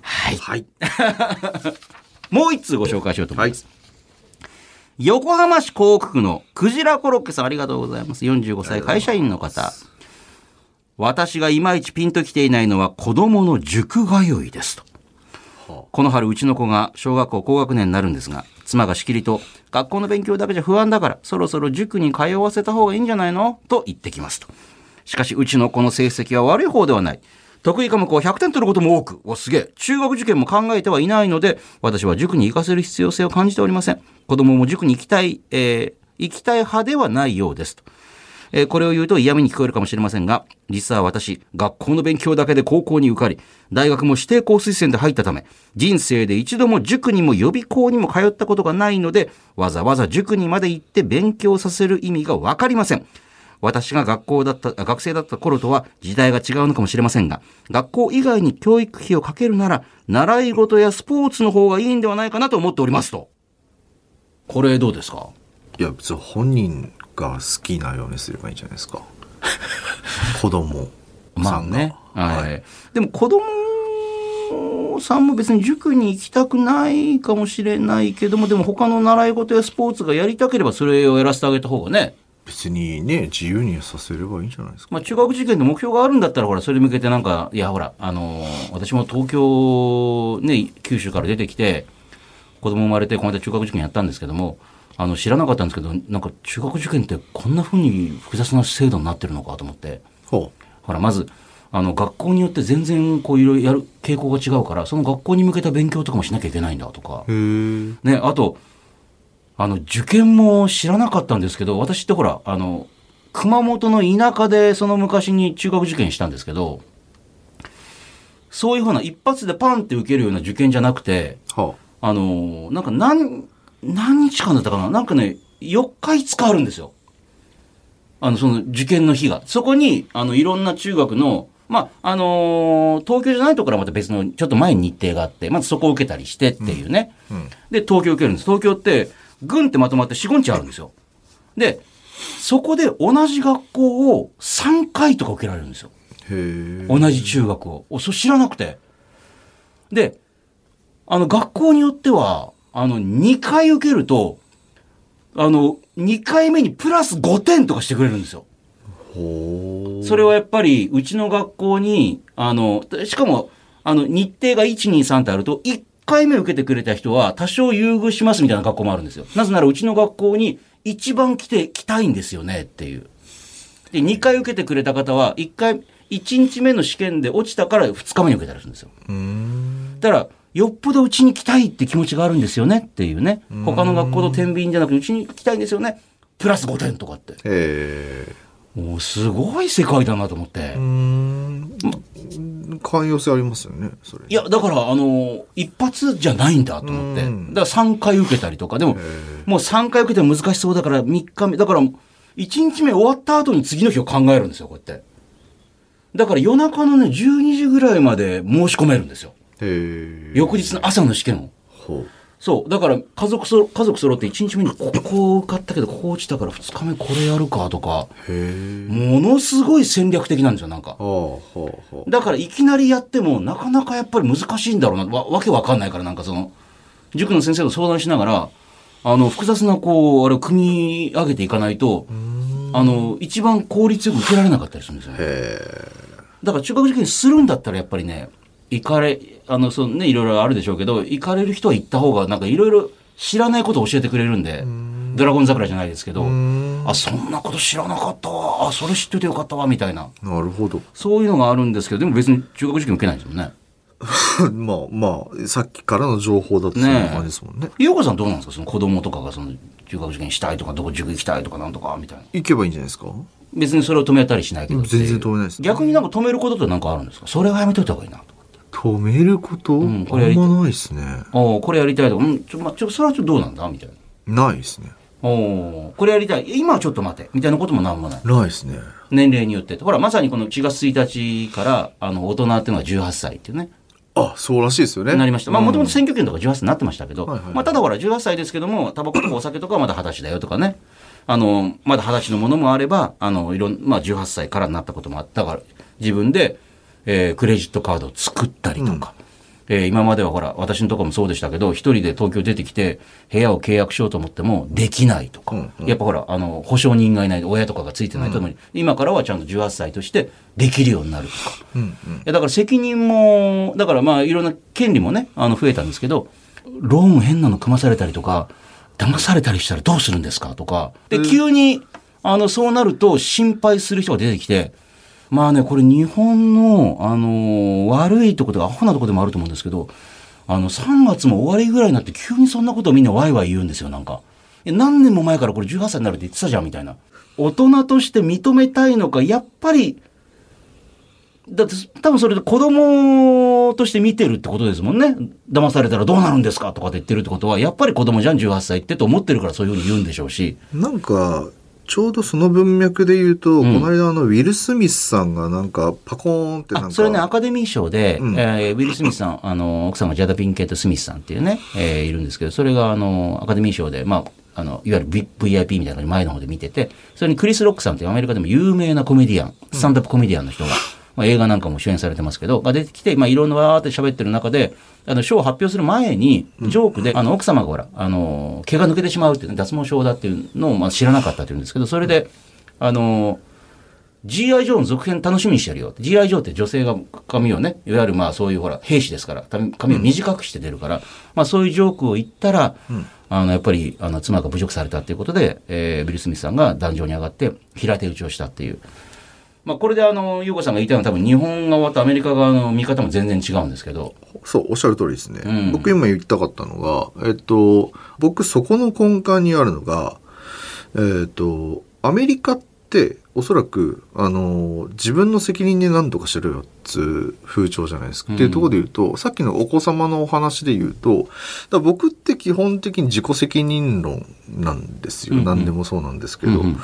A: はい。
B: はい。
A: もう一通ご紹介しようと思
B: はいい
A: ます。。横浜市港区のクジラコロッケさんありがとうございます。45歳会社員の方。私がいまいちピンときていないのは子供の塾通いですと。この春うちの子が小学校高学年になるんですが、妻がしきりと学校の勉強だけじゃ不安だからそろそろ塾に通わせた方がいいんじゃないのと言ってきますと。しかしうちの子の成績は悪い方ではない。得意科目を100点取ることも多く、おすげえ。中学受験も考えてはいないので、私は塾に行かせる必要性を感じておりません。子供も塾に行きたい、えー行きたい派ではないようですと。えーこれを言うと嫌味に聞こえるかもしれませんが、実は私、学校の勉強だけで高校に受かり、大学も指定校推薦で入ったため、人生で一度も塾にも予備校にも通ったことがないので、わざわざ塾にまで行って勉強させる意味がわかりません。私が学校だった、あ学生だった頃とは時代が違うのかもしれませんが、学校以外に教育費をかけるなら、習い事やスポーツの方がいいんではないかなと思っておりますと。これどうですか
B: いや、別に本人が好きなようにすればいいんじゃない ですか。子供
A: ま
B: さ
A: あ
B: んが。
A: ね。は。
B: はい
A: でも子供さんも別に塾に行きたくないかもしれないけども、でも他の習い事やスポーツがやりたければそれをやらせてあげた方がね。
B: 別にね、自由にさせればいいんじゃないですか。
A: まあ中学受験で目標があるんだったら、ほら、それに向けてなんか、いや、ほら、あのー私も東京、ね、九州から出てきて、子供生まれて、この間中学受験やったんですけども、あの、知らなかったんですけど、なんか中学受験ってこんな風に複雑な制度になってるのかと思って。
B: ほ
A: ほらまずあの学校によって全然こういろいろやる傾向が違うからその学校に向けた勉強とかもしなきゃいけないんだとか
B: う。、へえ。
A: ね、あとあの受験も知らなかったんですけど私ってほらあの熊本の田舎でその昔に中学受験したんですけどそういうふうな一発でパンって受けるような受験じゃなくて
B: は
A: あのなんか何何日間だったかななんかね4日5日あるんですよ。あの、その受験の日が。そこに、あの、いろんな中学の、まあ、あのー東京じゃないところはまた別の、ちょっと前に日程があって、まずそこを受けたりしてっていうね。で、東京受けるんです。東京って、軍ってまとまって4、5日あるんですよ。で、そこで同じ学校を3回とか受けられるんですよ。
B: あ。へえ。
A: 同じ中学を。おそ知らなくて。で、あの、学校によっては、あの、2回受けると、あの、2回目にプラス5点とかしてくれるんですよ。
B: ほ
A: それはやっぱり、うちの学校に、あの、しかも、あの、日程が1、2、3ってあると、1回目受けてくれた人は多少優遇しますみたいな学校もあるんですよ。なぜならうちの学校に一番来て、来たいんですよねっていう。で、2回受けてくれた方は、1回、1日目の試験で落ちたから2日目に受けたりするんですよ。
B: う。うーん。
A: だから、よっぽどうちに来たいって気持ちがあるんですよねっていうね。他の学校と天秤じゃなくて、うちに来たいんですよね。プラス5点とかって。
B: へえ。
A: もうすごい世界だなと思って。
B: うーん。寛容性ありますよね、それ。
A: いや、だから、あの、一発じゃないんだと思って。だ
B: うん
A: から3回受けたりとか、でも、もう3回受けても難しそうだから3日目、だから、1日目終わった後に次の日を考えるんですよ、こうやって。だから夜中のね、12時ぐらいまで申し込めるんですよ。
B: へえ。
A: 翌日の朝の試験を。
B: ほう。
A: そう。だから、家族そろ、家族揃って1日目にここ受かったけど、ここ落ちたから2日目これやるかとか、
B: へえ。
A: ものすごい戦略的なんですよ、なんか
B: ああ、。ほうほう。
A: だからいきなりやってもなかなかやっぱり難しいんだろうなわわけわかんないからなんかその塾の先生と相談しながらあの複雑なこうあれを組み上げていかないとあの一番効率よく受けられなかったりするんですよね
B: へ
A: だから中学受験するんだったらやっぱりね行かれあのそのねいろいろあるでしょうけど行かれる人は行った方がなんかいろいろ知らないことを教えてくれるんで「ドラゴン桜」じゃないですけど
B: ん
A: あそんなこと知らなかったわあそれ知っててよかったわみたいな
B: え。なるほど。
A: そういうのがあるんですけど、でも別に中学受験受けないですもんね。
B: まあまあ、さっきからの情報だとそんな感じですもんね。
A: ゆうこさんどうなんですかその子供とかがその中学受験したいとか、どこ塾行きたいとかなんとかみたいな。
B: 行けばいいんじゃないですか
A: 別にそれを止めたりしないけどっていう。
B: 全然止めないです
A: 逆になんか止めることってなんかあるんですかそれはやめといた方がいいなとか。
B: 止めること、
A: んこ
B: あ
A: れやり
B: ん
A: たい
B: まないですね。
A: おーこれやりたいとか、うん、ちょ、ま、ちょ、それはちょっとどうなんだみたいな。
B: ないですね。
A: おーこれやりたい。今はちょっと待て。みたいなこともなんもない。
B: ないですね。
A: 年齢によって。ほら、まさにこの4月1日から、あの、大人っていうのが18歳っていうね。
B: あ、そうらしいですよね。
A: なりました。まあ、もともと選挙権とか18歳になってましたけど、
B: はいはいはい
A: まあ、ただほら、18歳ですけども、タバコとかお酒とかはまだ二十歳だよとかね。あの、まだ二十歳のものもあれば、あの、いろん、まあ、18歳からになったこともあったから、自分で、えークレジットカードを作ったりとか、えー今まではほら、私のとこもそうでしたけど、一人で東京出てきて、部屋を契約しようと思っても、できないとか、
B: うん
A: やっぱほら、あの、保証人がいない、親とかがついてないともに、今からはちゃんと18歳として、できるようになるとか。
B: うんうん
A: い。やだから責任も、だからまあいろんな権利もね、あの増えたんですけど、ローン変なの組まされたりとか、騙されたりしたらどうするんですかとか、で、急に、あの、そうなると心配する人が出てきて、まあね、これ日本の、あの、悪いところとかアホなところでもあると思うんですけど、あの、3月も終わりぐらいになって急にそんなことをみんなワイワイ言うんですよ、なんか。いや何年も前からこれ18歳になるって言ってたじゃん、みたいな。大人として認めたいのか、やっぱりだって多分それで子供として見てるってことですもんね。騙されたらどうなるんですかとかって言ってるってことは、やっぱり子供じゃん、18歳ってと思ってるからそういうふうに言うんでしょうし。
B: なんか、ちょうどその文脈で言うと、
A: ん
B: この間あの、ウィル・スミスさんがなんか、パコーンってなんか、
A: あそれね、アカデミー賞で、
B: うん
A: えーウィル・スミスさん、あの、奥さんがジャダ・ピンケット・スミスさんっていうね、えーいるんですけど、それが、あの、アカデミー賞で、まあ、あの、いわゆる、v、VIP みたいなのに前の方で見てて、それにクリス・ロックさんっていうアメリカでも有名なコメディアン、スタンダップコメディアンの人が、まあ、映画なんかも主演されてますけど、が出てきて、まあ、いろんなわーって喋ってる中で、あの、賞を発表する前に、ジョークで、あの、奥様がほら、あの、毛が抜けてしまうっていうね、脱毛症だっていうのを、まあ、知らなかったっていうんですけど、それで、あの、G.I. ジョーの続編楽しみにしてるよ。G.I. ジョーって女性が髪をね、いわゆるまあそういうほら、兵士ですから、髪髪を短くして出るから、まあそういうジョークを言ったら、あの、やっぱり、あの、妻が侮辱されたっていうことで、えービル・スミスさんが壇上に上がって、平手打ちをしたっていう。まあこれであの、優子さんが言いたいのは多分日本側とアメリカ側の見方も全然違うんですけど、
B: そう、おっしゃる通りですね。
A: うん
B: 僕今言いたかったのが、えっと、僕そこの根幹にあるのが、えっと、アメリカっておそらく、あの、自分の責任で何とかしろよっつう風潮じゃないですか。っていうところで言うと、さっきのお子様のお話で言うと、だから僕って基本的に自己責任論なんですよ。
A: うんうん
B: 何でもそうなんですけど。
A: うんうん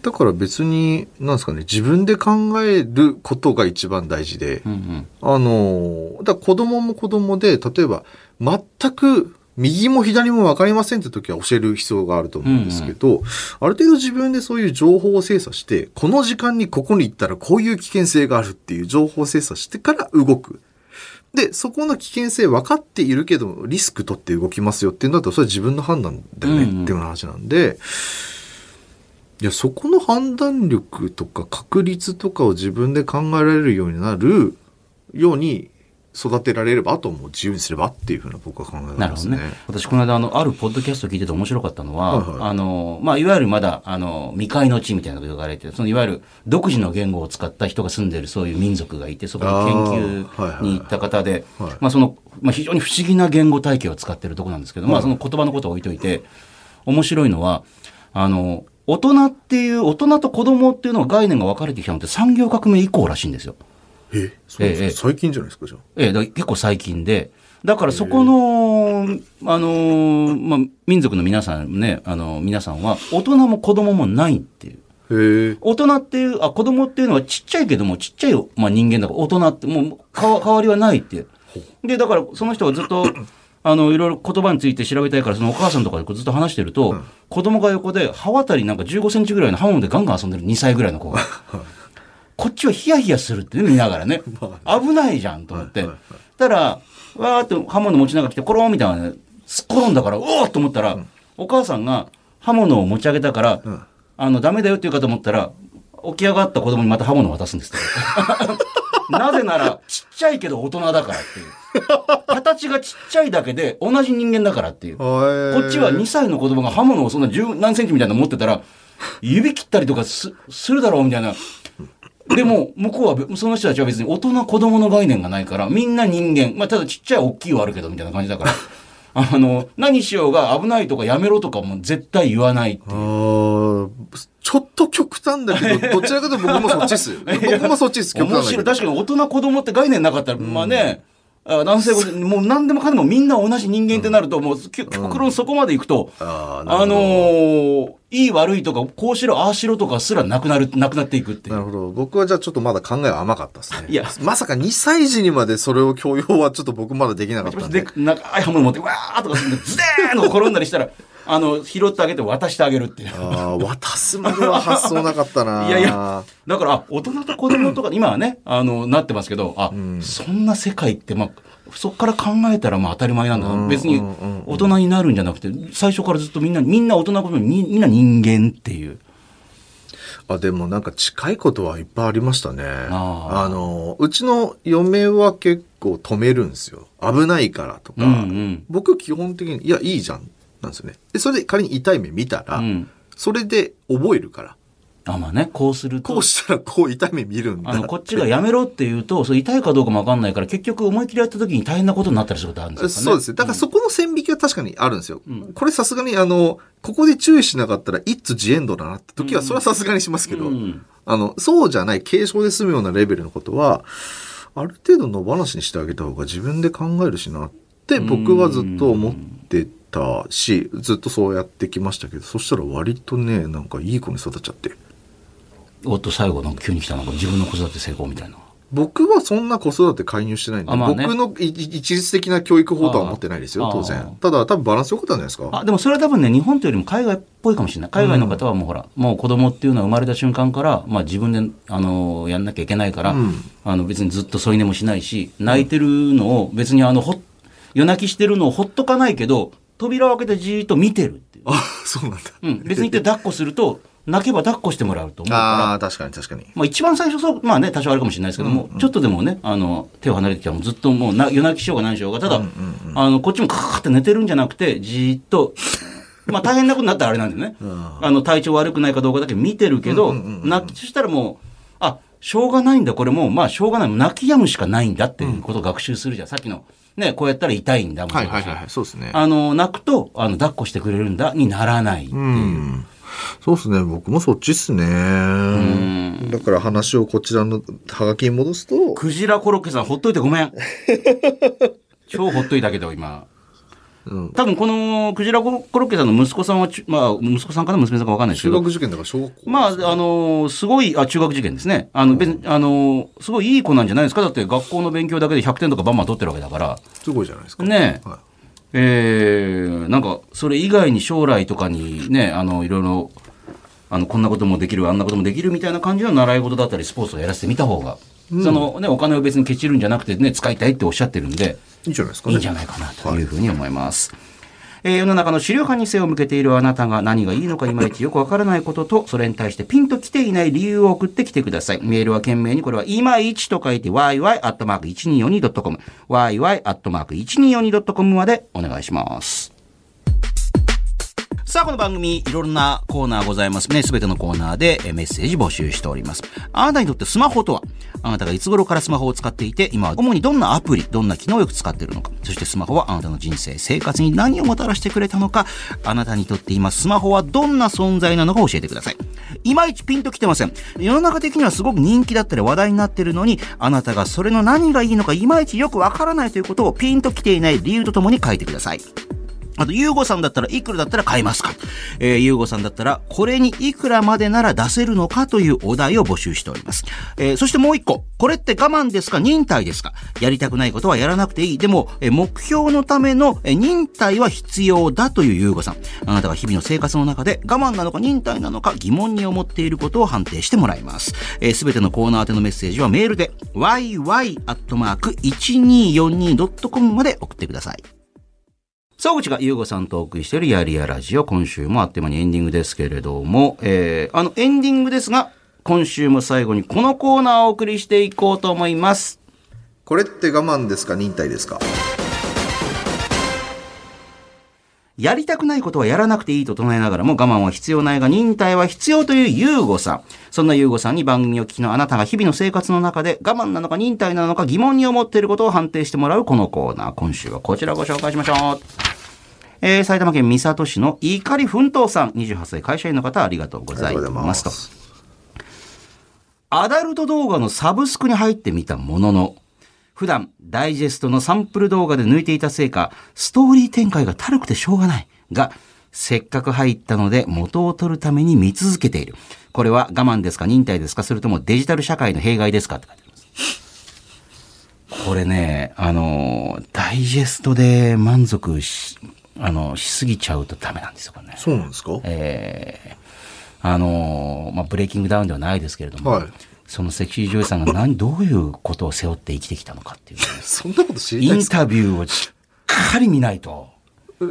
B: だから別に、なんですかね、自分で考えることが一番大事で、
A: うんうん
B: あの、だから子供も子供で、例えば、全く右も左も分かりませんって時は教える必要があると思うんですけど、ある程度自分でそういう情報を精査して、この時間にここに行ったらこういう危険性があるっていう情報を精査してから動く。で、そこの危険性分かっているけど、リスク取って動きますよっていうんだったら、それは自分の判断だよねっていう話なんで、いや、そこの判断力とか確率とかを自分で考えられるようになるように育てられれば、あとはもう自由にすればっていうふうな僕は考え
A: な
B: て
A: る
B: ま
A: ほ
B: す
A: ど
B: ね。
A: ね。私、この間、あの、あるポッドキャスト聞いてて面白かったのは、
B: はいはい
A: あの、まあ、いわゆるまだ、あの、未開の地みたいなことが言われてる、その、いわゆる独自の言語を使った人が住んでるそういう民族がいて、そこに研
B: あーはいは
A: 究
B: い
A: に行った方で
B: はい、
A: まあ、その、まあ、非常に不思議な言語体系を使ってるところなんですけど、まあ、その言葉のことは置いといて、面白いのは、あの、大人っていう、大人と子供っていうのは概念が分かれてきたのって産業革命以降らしいんですよ。
B: え、そうなんですか
A: ええ
B: 最近じゃないですか、じゃあ。
A: ええ、だから結構最近で。だからそこの、あのーまあ、民族の皆さんね、あの皆さんは、大人も子供もないっていう。
B: へえ。
A: 大人っていう、あ、子供っていうのはちっちゃいけども、ちっちゃい、まあ、人間だから、大人ってもうかわ、変わりはないっていう。で、だからその人がずっと、あの、いろいろ言葉について調べたいから、そのお母さんとかでこうずっと話してると、子供が横で刃渡りなんか15センチぐらいの刃物でガンガン遊んでる2歳ぐらいの子が。こっちはヒヤヒヤするってね見ながら ね。危ないじゃんと思って。たら、わーって刃物持ちながら来て、コロンみたいなね、すっ転んだから、おおと思ったら、お母さんが刃物を持ち上げたから、あの、ダメだよって言うかと思ったら、起き上がった子供にまた刃物を渡すんですって なぜなら、ちっちゃいけど大人だからっていう。形がちっちゃいだけで、同じ人間だからっていう。
B: こ
A: こっちは2歳の子供が刃物をそんな十何センチみたいなの持ってたら、指切ったりとかすするだろうみたいな。でも、向こうは、その人たちは別に大人、子供の概念がないから、みんな人間。まあ、ただちっちゃい、大きいはあるけど、みたいな感じだ から。あの、何しようが危ないとかやめろとかも絶対言わないって
B: あーちょっと極端だけど、どちらかというと僕もそっちです。 僕もそっちです、極
A: 面
B: 端だけ
A: 白い。
B: ど。
A: 確かに大人子供って概念なかったら、まあね、あ男性、もう何でもかんでもみんな同じ人間ってなると、もうき極論そこまで行くと、
B: あーなる
A: あ
B: ほ
A: の
B: ど
A: ーいい悪いとか、こうしろ、ああしろとかすらなくなる、なくなっていくってい
B: なる
A: う。
B: ほど。僕はじゃあちょっとまだ考えは甘かったですね。
A: いや
B: まさか2歳児にまでそれを強要はちょっと僕まだできなかったん
A: で
B: で。、
A: 長い刃物持って、わーとかするんで、ズデーンと転んだりしたら、 あの、拾ってあげて渡してあげるっていう。
B: ああ、渡すまでは発想なかったな。
A: いやいや、だから、あ大人と子供 とか、今はね、あの、なってますけど、あ、そんな世界って、まあ、そこから考えたら、まあ、当たり前なんだな。別に、大人になるんじゃなくて、最初からずっとみんな、みんな大人のことに、みんな人間っていう。
B: あ、でもなんか近いことはいっぱいありましたね。
A: あ
B: あの、うちの嫁は結構止めるんですよ。危ないからとか。
A: うんうん
B: 僕基本的に、いや、いいじゃん。なんですよね。で、それで仮に痛い目見たら、
A: うん
B: それで覚えるから。
A: あ、まあね、こうすると。
B: こうしたらこう痛い目見るんだ
A: あの、こっちがやめろって言うと、そう痛いかどうかもわかんないから、結局思い切りやった時に大変なことになったりすることあるんです
B: そ
A: よ
B: う
A: ね。
B: ですね。だからそこの線引きは確かにあるんですよ。これさすがに、あの、ここで注意しなかったら、いつジエンドだなって時は、それはさすがにしますけど、
A: うん
B: あの、そうじゃない、軽症で済むようなレベルのことは、ある程度の話にしてあげた方が自分で考えるしなって、僕はずっと思ってたし、ずっとそうやってきましたけど、そしたら割とね、なんかいい子に育っちゃって。
A: おっと、最後の急に来たのが自分の子育て成功みたいな。
B: 僕はそんな子育て介入してないんで、
A: あまあね
B: 僕のい一律的な教育法とは思ってないです
A: あ
B: よ、
A: ー
B: 当
A: あ
B: 然。ただ、多分バランス良かったんじゃないですか。
A: あ、でもそれは多分ね、日本というよりも海外っぽいかもしれない。海外の方はもうほら、もう子供っていうのは生まれた瞬間から、まあ自分で、あの、やんなきゃいけないから、
B: うん
A: あの、別にずっと添い寝もしないし、泣いてるのを別にあの、ほっ、夜泣きしてるのをほっとかないけど、扉を開けてじーっと見てるっていう。
B: あ、そうなんだ。
A: うん。別に言って抱っこすると、泣けば抱っこしてもらうと思うから、
B: ああ、確かに確かに。
A: まあ一番最初そう、まあね、多少あるかもしれないですけども、ちょっとでもね、あの、手を離れてきたらもうずっともうな夜泣きしようが何しようが、ただ、あの、こっちもカカカって寝てるんじゃなくて、じーっと、まあ大変なことになったらあれなんだ よね。あの、体調悪くないかどうかだけ見てるけど、泣き、そしたらもう、あ、しょうがないんだ、これもう、まあしょうがない、泣き止むしかないんだっていうことを学習するじゃん。さっきの、ね、こうやったら痛いんだもん、
B: はいはいはいはい、そうですね。
A: あの、泣くと、あの、抱っこしてくれるんだ、にならないっていう。
B: うん。そうですね、僕もそっちっすね。だから話をこちらのハガキに戻すと、
A: クジラコロッケさん、ほっといてごめ ん。超ほっといたけど、今。
B: うん
A: 多分このクジラコロッケさんの息子さんはちゅ、まあ、息子さんかな娘さんかわかんないですけ
B: 中
A: ど
B: 学、受験だから小学校。
A: まあ、あのーすごい、あ、中学受験ですね。あの、別に、あのーすごいいい子なんじゃないですかだって学校の勉強だけで100点とかバンバン取ってるわけだから。
B: すごいじゃないですか。
A: ねえ。
B: はい
A: えー、なんか、それ以外に将来とかにね、あの、いろいろ、あの、こんなこともできる、あんなこともできるみたいな感じの習い事だったり、スポーツをやらせてみた方が、そのね、お金を別にケチるんじゃなくてね、使いたいっておっしゃってるんで、
B: いいじゃないですか
A: い
B: ね。
A: いんじゃないかなというふうに思います。えー世の中の主流派に背を向けているあなたが何がいいのかいまいちよくわからないことと、それに対してピンと来ていない理由を送ってきてください。メールは懸命にこれは、いまいちと書いて、yy.1242.com、yy.1242.com までお願いします。さあ、この番組、いろんなコーナーございますね。すべてのコーナーでえーメッセージ募集しております。あなたにとってスマホとはあなたがいつ頃からスマホを使っていて、今は主にどんなアプリ、どんな機能をよく使っているのか、そしてスマホはあなたの人生、生活に何をもたらしてくれたのか、あなたにとって今スマホはどんな存在なのか教えてください。いまいちピンときてません。世の中的にはすごく人気だったり話題になってるのに、あなたがそれの何がいいのかいまいちよくわからないということをピンときていない理由とともに書いてください。あと、ゆうごさんだったらいくらだったら買えますかえー、ゆうごさんだったら、これにいくらまでなら出せるのかというお題を募集しております。えー、そしてもう一個。これって我慢ですか忍耐ですかやりたくないことはやらなくていい。でも、えー目標のための、えー忍耐は必要だというゆうごさん。あなたが日々の生活の中で我慢なのか忍耐なのか疑問に思っていることを判定してもらいます。えー、すべてのコーナー宛てのメッセージはメールで、yy.1242.com まで送ってください。さあ、うちがゆうごさんとお送りしているやりやラジオ、今週もあっという間にエンディングですけれども、えー、あの、エンディングですが、今週も最後にこのコーナーをお送りしていこうと思います。
B: これって我慢ですか忍耐ですか
A: やりたくないことはやらなくていいと唱えながらも我慢は必要ないが忍耐は必要というユーゴさん。そんなユーゴさんに番組を聞きのあなたが日々の生活の中で我慢なのか忍耐なのか疑問に思っていることを判定してもらうこのコーナー。今週はこちらをご紹介しましょう。えー埼玉県三郷市の怒り奮闘さん、28歳会社員の方ありがとうござい
B: ありがとうござい
A: ま
B: ますす
A: と。アダルト動画のサブスクに入ってみたものの、普段ダイジェストのサンプル動画で抜いていたせいか、ストーリー展開がたるくてしょうがない。が、せっかく入ったので元を取るために見続けている。これは我慢ですか忍耐ですかそれともデジタル社会の弊害ですかって書いてあります。これね、あの、ダイジェストで満足し、あの、しすぎちゃうとダメなんですよ、これね。
B: そうなんですか
A: えーあのーまあ、ブレイキングダウンではないですけれども、
B: はい
A: そのセクシー女優さんが何、どういうことを背負って生きてきたのかっていう、
B: そんなこと知り
A: イ
B: たいんで
A: ン
B: すか
A: タビューをしっかり見ないと、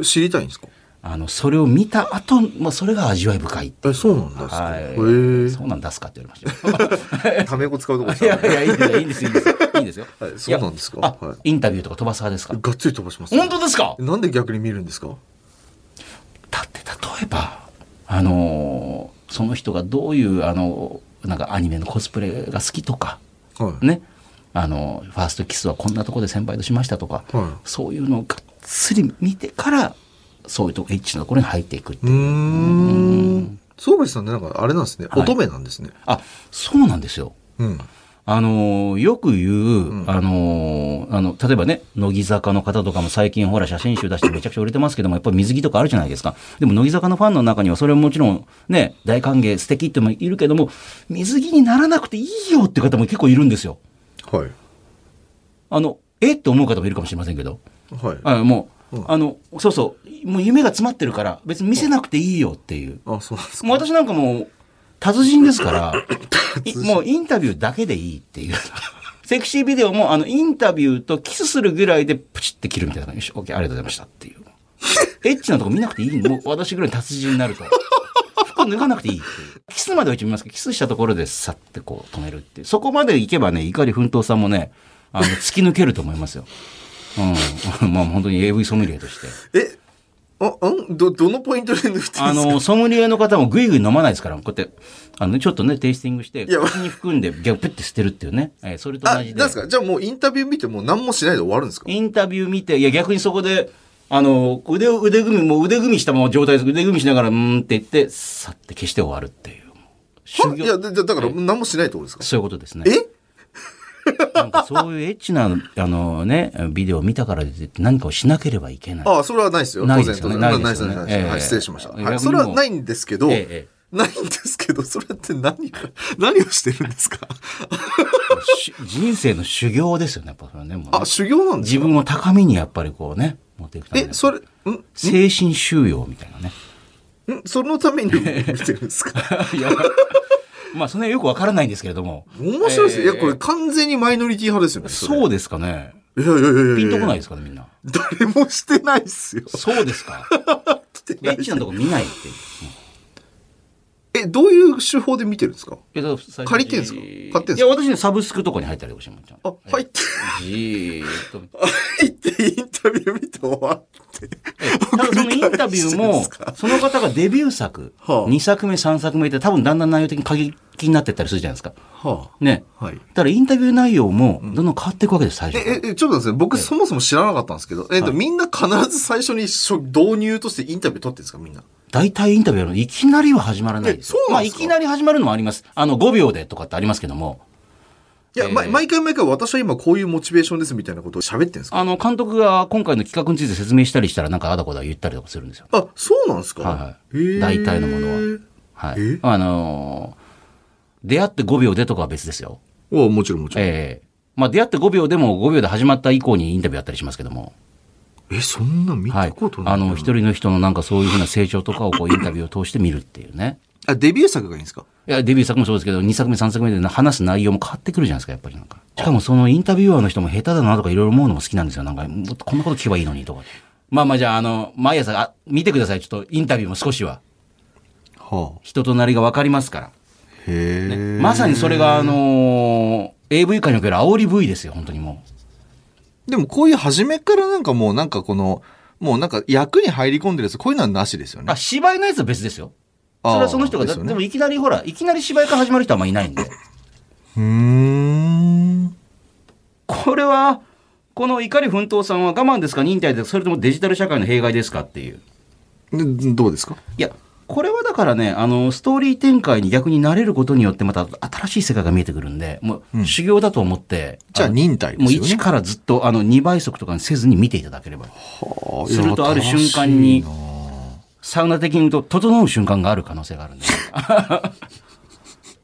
B: 知りたいんですか
A: あの、それを見た後、まあ、それが味わい深い。
B: え、そうなんですか、
A: は
B: へ
A: い。
B: え
A: そうなんですかって言われま したよ。
B: タメ語使うとこです
A: い
B: よ
A: やいや、いいんですよ、いいんですよ、いいんですよ。いいんですよ
B: はいそうなんですか
A: いやあ
B: はい
A: インタビューとか飛ばす派ですか
B: がっつり飛ばします。
A: 本当ですか
B: なんで逆に見るんですか
A: だって例えばあのーその人がどういうあのなんかアニメのコスプレが好きとか
B: はい。
A: ねあのファーストキスはこんなとこで先輩としましたとか、
B: は
A: そういうのをがっつり見てからそういうとこエッチなところに入っていくって
B: うーん。そうべさんってなんかあれなんですね。
A: はい
B: 乙女なんですね。
A: あそうなんですよ
B: うん。
A: あのーよく言う、
B: うん
A: あのーあの、例えばね、乃木坂の方とかも最近ほら写真集出してめちゃくちゃ売れてますけども、やっぱり水着とかあるじゃないですか。でも乃木坂のファンの中にはそれももちろんね、大歓迎素敵ってもいるけども、水着にならなくていいよって方も結構いるんですよ。
B: はい。
A: あの、えって思う方もいるかもしれませんけど。
B: はい。あ、
A: あもう、
B: うん
A: あの、そうそう、もう夢が詰まってるから別に見せなくていいよっていう。
B: そうなんです
A: もう
B: か。
A: 私なんかもう、達人ですから、いもうインタビューだけでいいっていう。セクシービデオも、あの、インタビューとキスするぐらいでプチって切るみたいな感じ。よし、OK、ありがとうございましたっていう。エッチなとこ見なくていいもう私ぐらいの達人になると。服脱がなくていいっていう。キスまでは一応見ますけど、キスしたところでさってこう止めるっていう。そこまで行けばね、怒り奮闘さんもね、あの、突き抜けると思いますよ。うん。 まあ本当に AV ソムリエとして。
B: え、あ、あんど、どのポイントで抜いてるんですか
A: あの、ソムリエの方もぐいぐい飲まないですから、こうやって、あのね、ちょっとね、テイスティングして、
B: や
A: 口に含んで、ギャプって捨てるっていうね。えーそれと
B: あ、な
A: 同
B: ん
A: じ
B: で
A: で。
B: すかじゃあもうインタビュー見てもう何もしないで終わるんですか
A: インタビュー見て、いや、逆にそこで、あの、腕を、腕組み、もう腕組みしたまま状態です。腕組みしながら、うーんって言って、さって消して終わるっていう。修
B: はい
A: 行
B: いや、だだだから何もしないってことですか
A: そういうことですね。
B: え
A: なんかそういうエッチな、あのね、ビデオを見たからで何かをしなければいけない。
B: あ、それはないですよ。
A: な
B: 当
A: いです
B: 然
A: よ
B: 当
A: ねな
B: 然。
A: い
B: な
A: で
B: ないですす
A: よね
B: ね。ないです
A: ええ
B: はい、失礼しました。
A: ええ
B: はいそれはないんですけど、
A: えええ
B: ないんですけど、それって何、何をしてるんですか
A: し人生の修行ですよね、やっぱそれはね。もうね
B: あ、修行なんです
A: 自
B: か
A: 分を高みにやっぱりこうね、持っていくために
B: え、それ、んん
A: 精神修養みたいなね。
B: そのために見てるんですか
A: いや、まあ、その辺よくわからないんですけれども。
B: 面白いですね。いや、これ
A: え
B: 完全にマイノリティ派ですよ
A: ー
B: ね。れ
A: そうですかね。
B: いやいやいやいや。
A: ピンとこない
B: いや。
A: ですかね、みんな。
B: 誰もしてないっすよ。
A: そうですか。
B: して
A: エ
B: な
A: ッ
B: い
A: チなとこ見ないっていう。
B: え、え、どういう手法で見てるんですか
A: えだから
B: 借りてんすか買ってんすか
A: いや、私ね、サブスクとかに入ったりとかしてもらっちゃう。
B: あ、入って、
A: じーっと見て。
B: 入ってインタビュー見て終わって。
A: ただそのインタビュー も、その方がデビュー作、
B: はあ
A: 2作目、3作目って多分だんだん内容的に過激になってったりするじゃないですか。
B: は
A: ね。
B: あ。はい。
A: だからインタビュー内容もどんどん変わっていくわけです、最初から
B: え、え、えちょっと待ってください。僕そもそも知らなかったんですけど、えっと、みんな必ず最初に初導入としてインタビュー取ってるんですかみんな。
A: 大体インタビューやるのいきなりは始まらないですよ。
B: えそうなんですか
A: まあ、いきなり始まるのもあります。あの、5秒でとかってありますけども、
B: いや、ま毎回毎回私は今こういうモチベーションですみたいなことを喋ってるんですか
A: あの、監督が今回の企画について説明したりしたら、なんかあだこだ言ったりとかするんですよ。
B: あ、そうなんですか
A: はい
B: へ
A: はい。
B: ー
A: 大体のものは。はい
B: え。
A: あのー出会って5秒でとかは別ですよ。
B: おもちろんもちろん。
A: ええまあ、出会って5秒でも5秒で始まった以降にインタビューやったりしますけども。
B: え、そんな見
A: は
B: た
A: い
B: こと。ない。
A: あの、一人の人のなんかそういうふうな成長とかをこうインタビューを通して見るっていうね。
B: あ、デビュー作がいいんですか
A: いや、デビュー作もそうですけど、2作目、3作目で話す内容も変わってくるじゃないですか、やっぱりなんか。しかもそのインタビュアーの人も下手だなとかいろいろ思うのも好きなんですよ。なんか、もっとこんなこと聞けばいいのにとか。まあまあじゃあ、あの、毎朝、あ、見てください。ちょっとインタビューも少しは。
B: はあ。
A: 人となりがわかりますから。
B: へえ。
A: まさにそれが、あのー AV 界における煽り V ですよ、本当にも
B: でもこういう初めからなんかもうなんかこの、もうなんか役に入り込んでるやつ、こういうのはなしですよ
A: う。あ、
B: ね。
A: 芝居のやつは別ですよ。それはその人が、
B: あー
A: で
B: ですよ
A: で
B: ね
A: もいきなりほら、いきなり芝居から始まる人はあんまいないんで。
B: うーん。
A: これは、この怒り奮闘さんは我慢ですか忍耐ですかそれともデジタル社会の弊害ですかっていう。
B: でどうですか
A: いや、これはだからね、あの、ストーリー展開に逆に慣れることによってまた新しい世界が見えてくるんで、もう修行だと思って、
B: じゃあ
A: の
B: 忍耐で
A: もう
B: すよね
A: 一。からずっとあの2倍速とかにせずに見ていただければ。
B: はあ
A: するとある瞬間に。サウナ的に言うと、整う瞬間がある可能性があ るんで。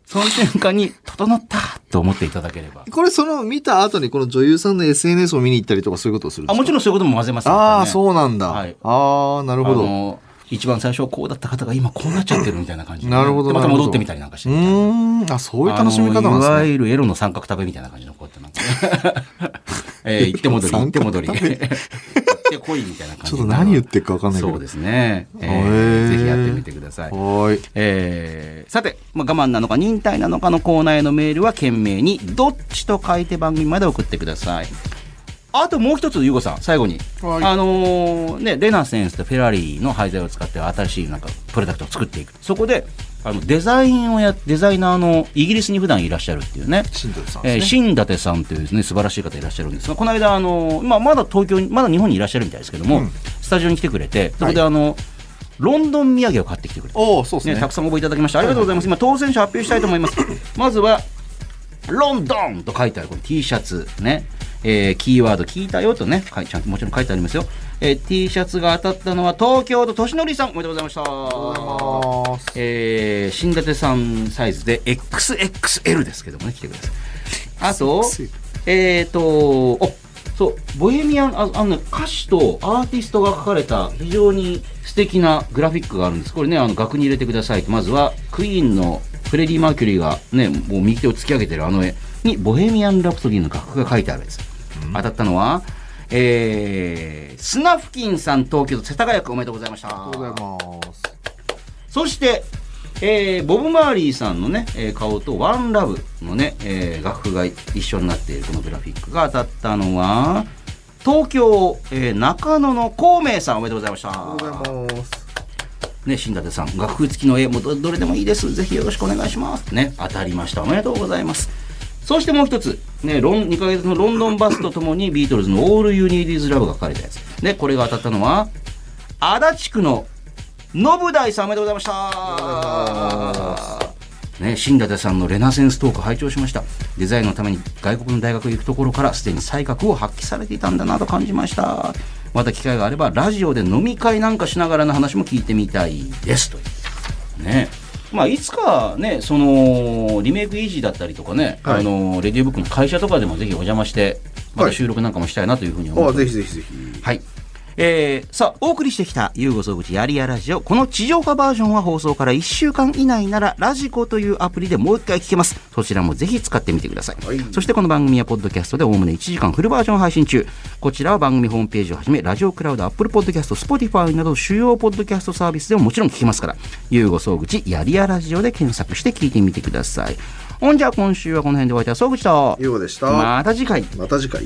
A: その瞬間に、整ったと思っていただければ。
B: これその見た後にこの女優さんの SNS を見に行ったりとかそういうことをするんで
A: あ、
B: す
A: も
B: か
A: ちろんそういうことも混ぜますよ
B: ああ、
A: やっ
B: そうなんだ。
A: はい
B: ああ、なる
A: ぱ
B: ほ
A: りねあ
B: ど。う
A: の、一番最初こうだった方が今こうなっちゃってるみたいな感じで。
B: なるほど
A: でまた
B: なるほど
A: 戻ってみたりなんかして。
B: ーん。あ、そういう楽しみ方
A: あのいわ
B: なんですね。
A: ゆるエロの三角食べみたいな感じのこうやってなん か、えー、行って戻り、行って戻り、行ってこいみたいな感じ
B: ちょっと何言ってるかわかんないけど。
A: そうですね、えー
B: へー
A: ぜひやってみてください。
B: はーい。
A: えーさて、まあ、我慢なのか忍耐なのかのコーナーへのメールは懸命に「どっち?」と書いて番組まで送ってくださいあともう一つゆうごさん最後に、
B: はい
A: あのーねレナセンスとフェラリーの廃材を使って新しいなんかプロダクトを作っていくそこであのデザインをやデザイナーのイギリスに普段いらっしゃるっていうね
B: 新藤さん
A: えー
B: ですね。
A: 新舘さんというですね素晴らしい方いらっしゃるんですがこの間あの、まあ、まだ東京にまだ日本にいらっしゃるみたいですけども、
B: うん
A: スタジオに来てくれてそこであの、ロンドン土産を買ってきてくれた
B: おお、そうです
A: ね、
B: ね。
A: たくさん応募いただきました。ありがとうございます。今、当選者発表したいと思います。まずは、ロンドンと書いてあるこの T シャツ、ね。えーキーワード聞いたよとね、かいちゃんともちろん書いてありますよ。えー T シャツが当たったのは東京都としのりさん、おめでとうございました。
B: ます
A: えー、新舘さんサイズで XXL ですけどもね、来てください。あと
B: XXL、
A: えっ、と、おそう、ボヘミアン、ああのね、歌詞とアーティストが書かれた非常に素敵なグラフィックがあるんです。これね、あの、額に入れてくださいと。まずは、クイーンのフレディ・マーキュリーがね、もう右手を突き上げてるあの絵に、ボヘミアン・ラプソディの楽譜が書いてあるやつ。当たったのは、えー、スナフキンさん東京都世田谷区おめでとうございました。
B: ありがとうございます。
A: そして、えーボブ・マーリーさんのね、えー顔とワンラブのね、えー楽譜が一緒になっているこのグラフィックが当たったのは、東京、えー中野の孔明さんおめでとうございました。
B: ありがとうございます。
A: ね、新舘さん、楽譜付きの絵もどどれでもいいです。ぜひよろしくお願いします。ね、当たりました。おめでとうございます。そしてもう一つ、ね、ロン2ヶ月のロンドンバスとともにビートルズの「オール・ユー・ニーディーズ・ラブ」が書かれたやつ。ね、これが当たったのは、足立区の信大さんおめでとうございました。ね、新舘さんのレナセンストーク拝聴しましたデザインのために外国の大学へ行くところからすでに才覚を発揮されていたんだなと感じましたまた機会があればラジオで飲み会なんかしながらの話も聞いてみたいですというねまあいつかねそのリメイクイージーだったりとかね、
B: はい
A: あのレディオブックの会社とかでもぜひお邪魔してまた収録なんかもしたいなというふうに思ってます
B: あ、ぜひぜひぜひ。
A: はい。えーさあ、お送りしてきた、ゆうご総口やりやラジオ。この地上波バージョンは放送から1週間以内なら、ラジコというアプリでもう一回聞けます。そちらもぜひ使ってみてください。そしてこの番組は、ポッドキャストでおおむね1時間フルバージョン配信中。こちらは番組ホームページをはじめ、ラジオクラウド、アップルポッドキャスト、スポティファイなど、主要ポッドキャストサービスでももちろん聞けますから、ゆうご総口やりやラジオで検索して聞いてみてください。ほんじゃ、今週はこの辺で終わりたい。総口と、
B: ようでした。
A: また次回。
B: また次回。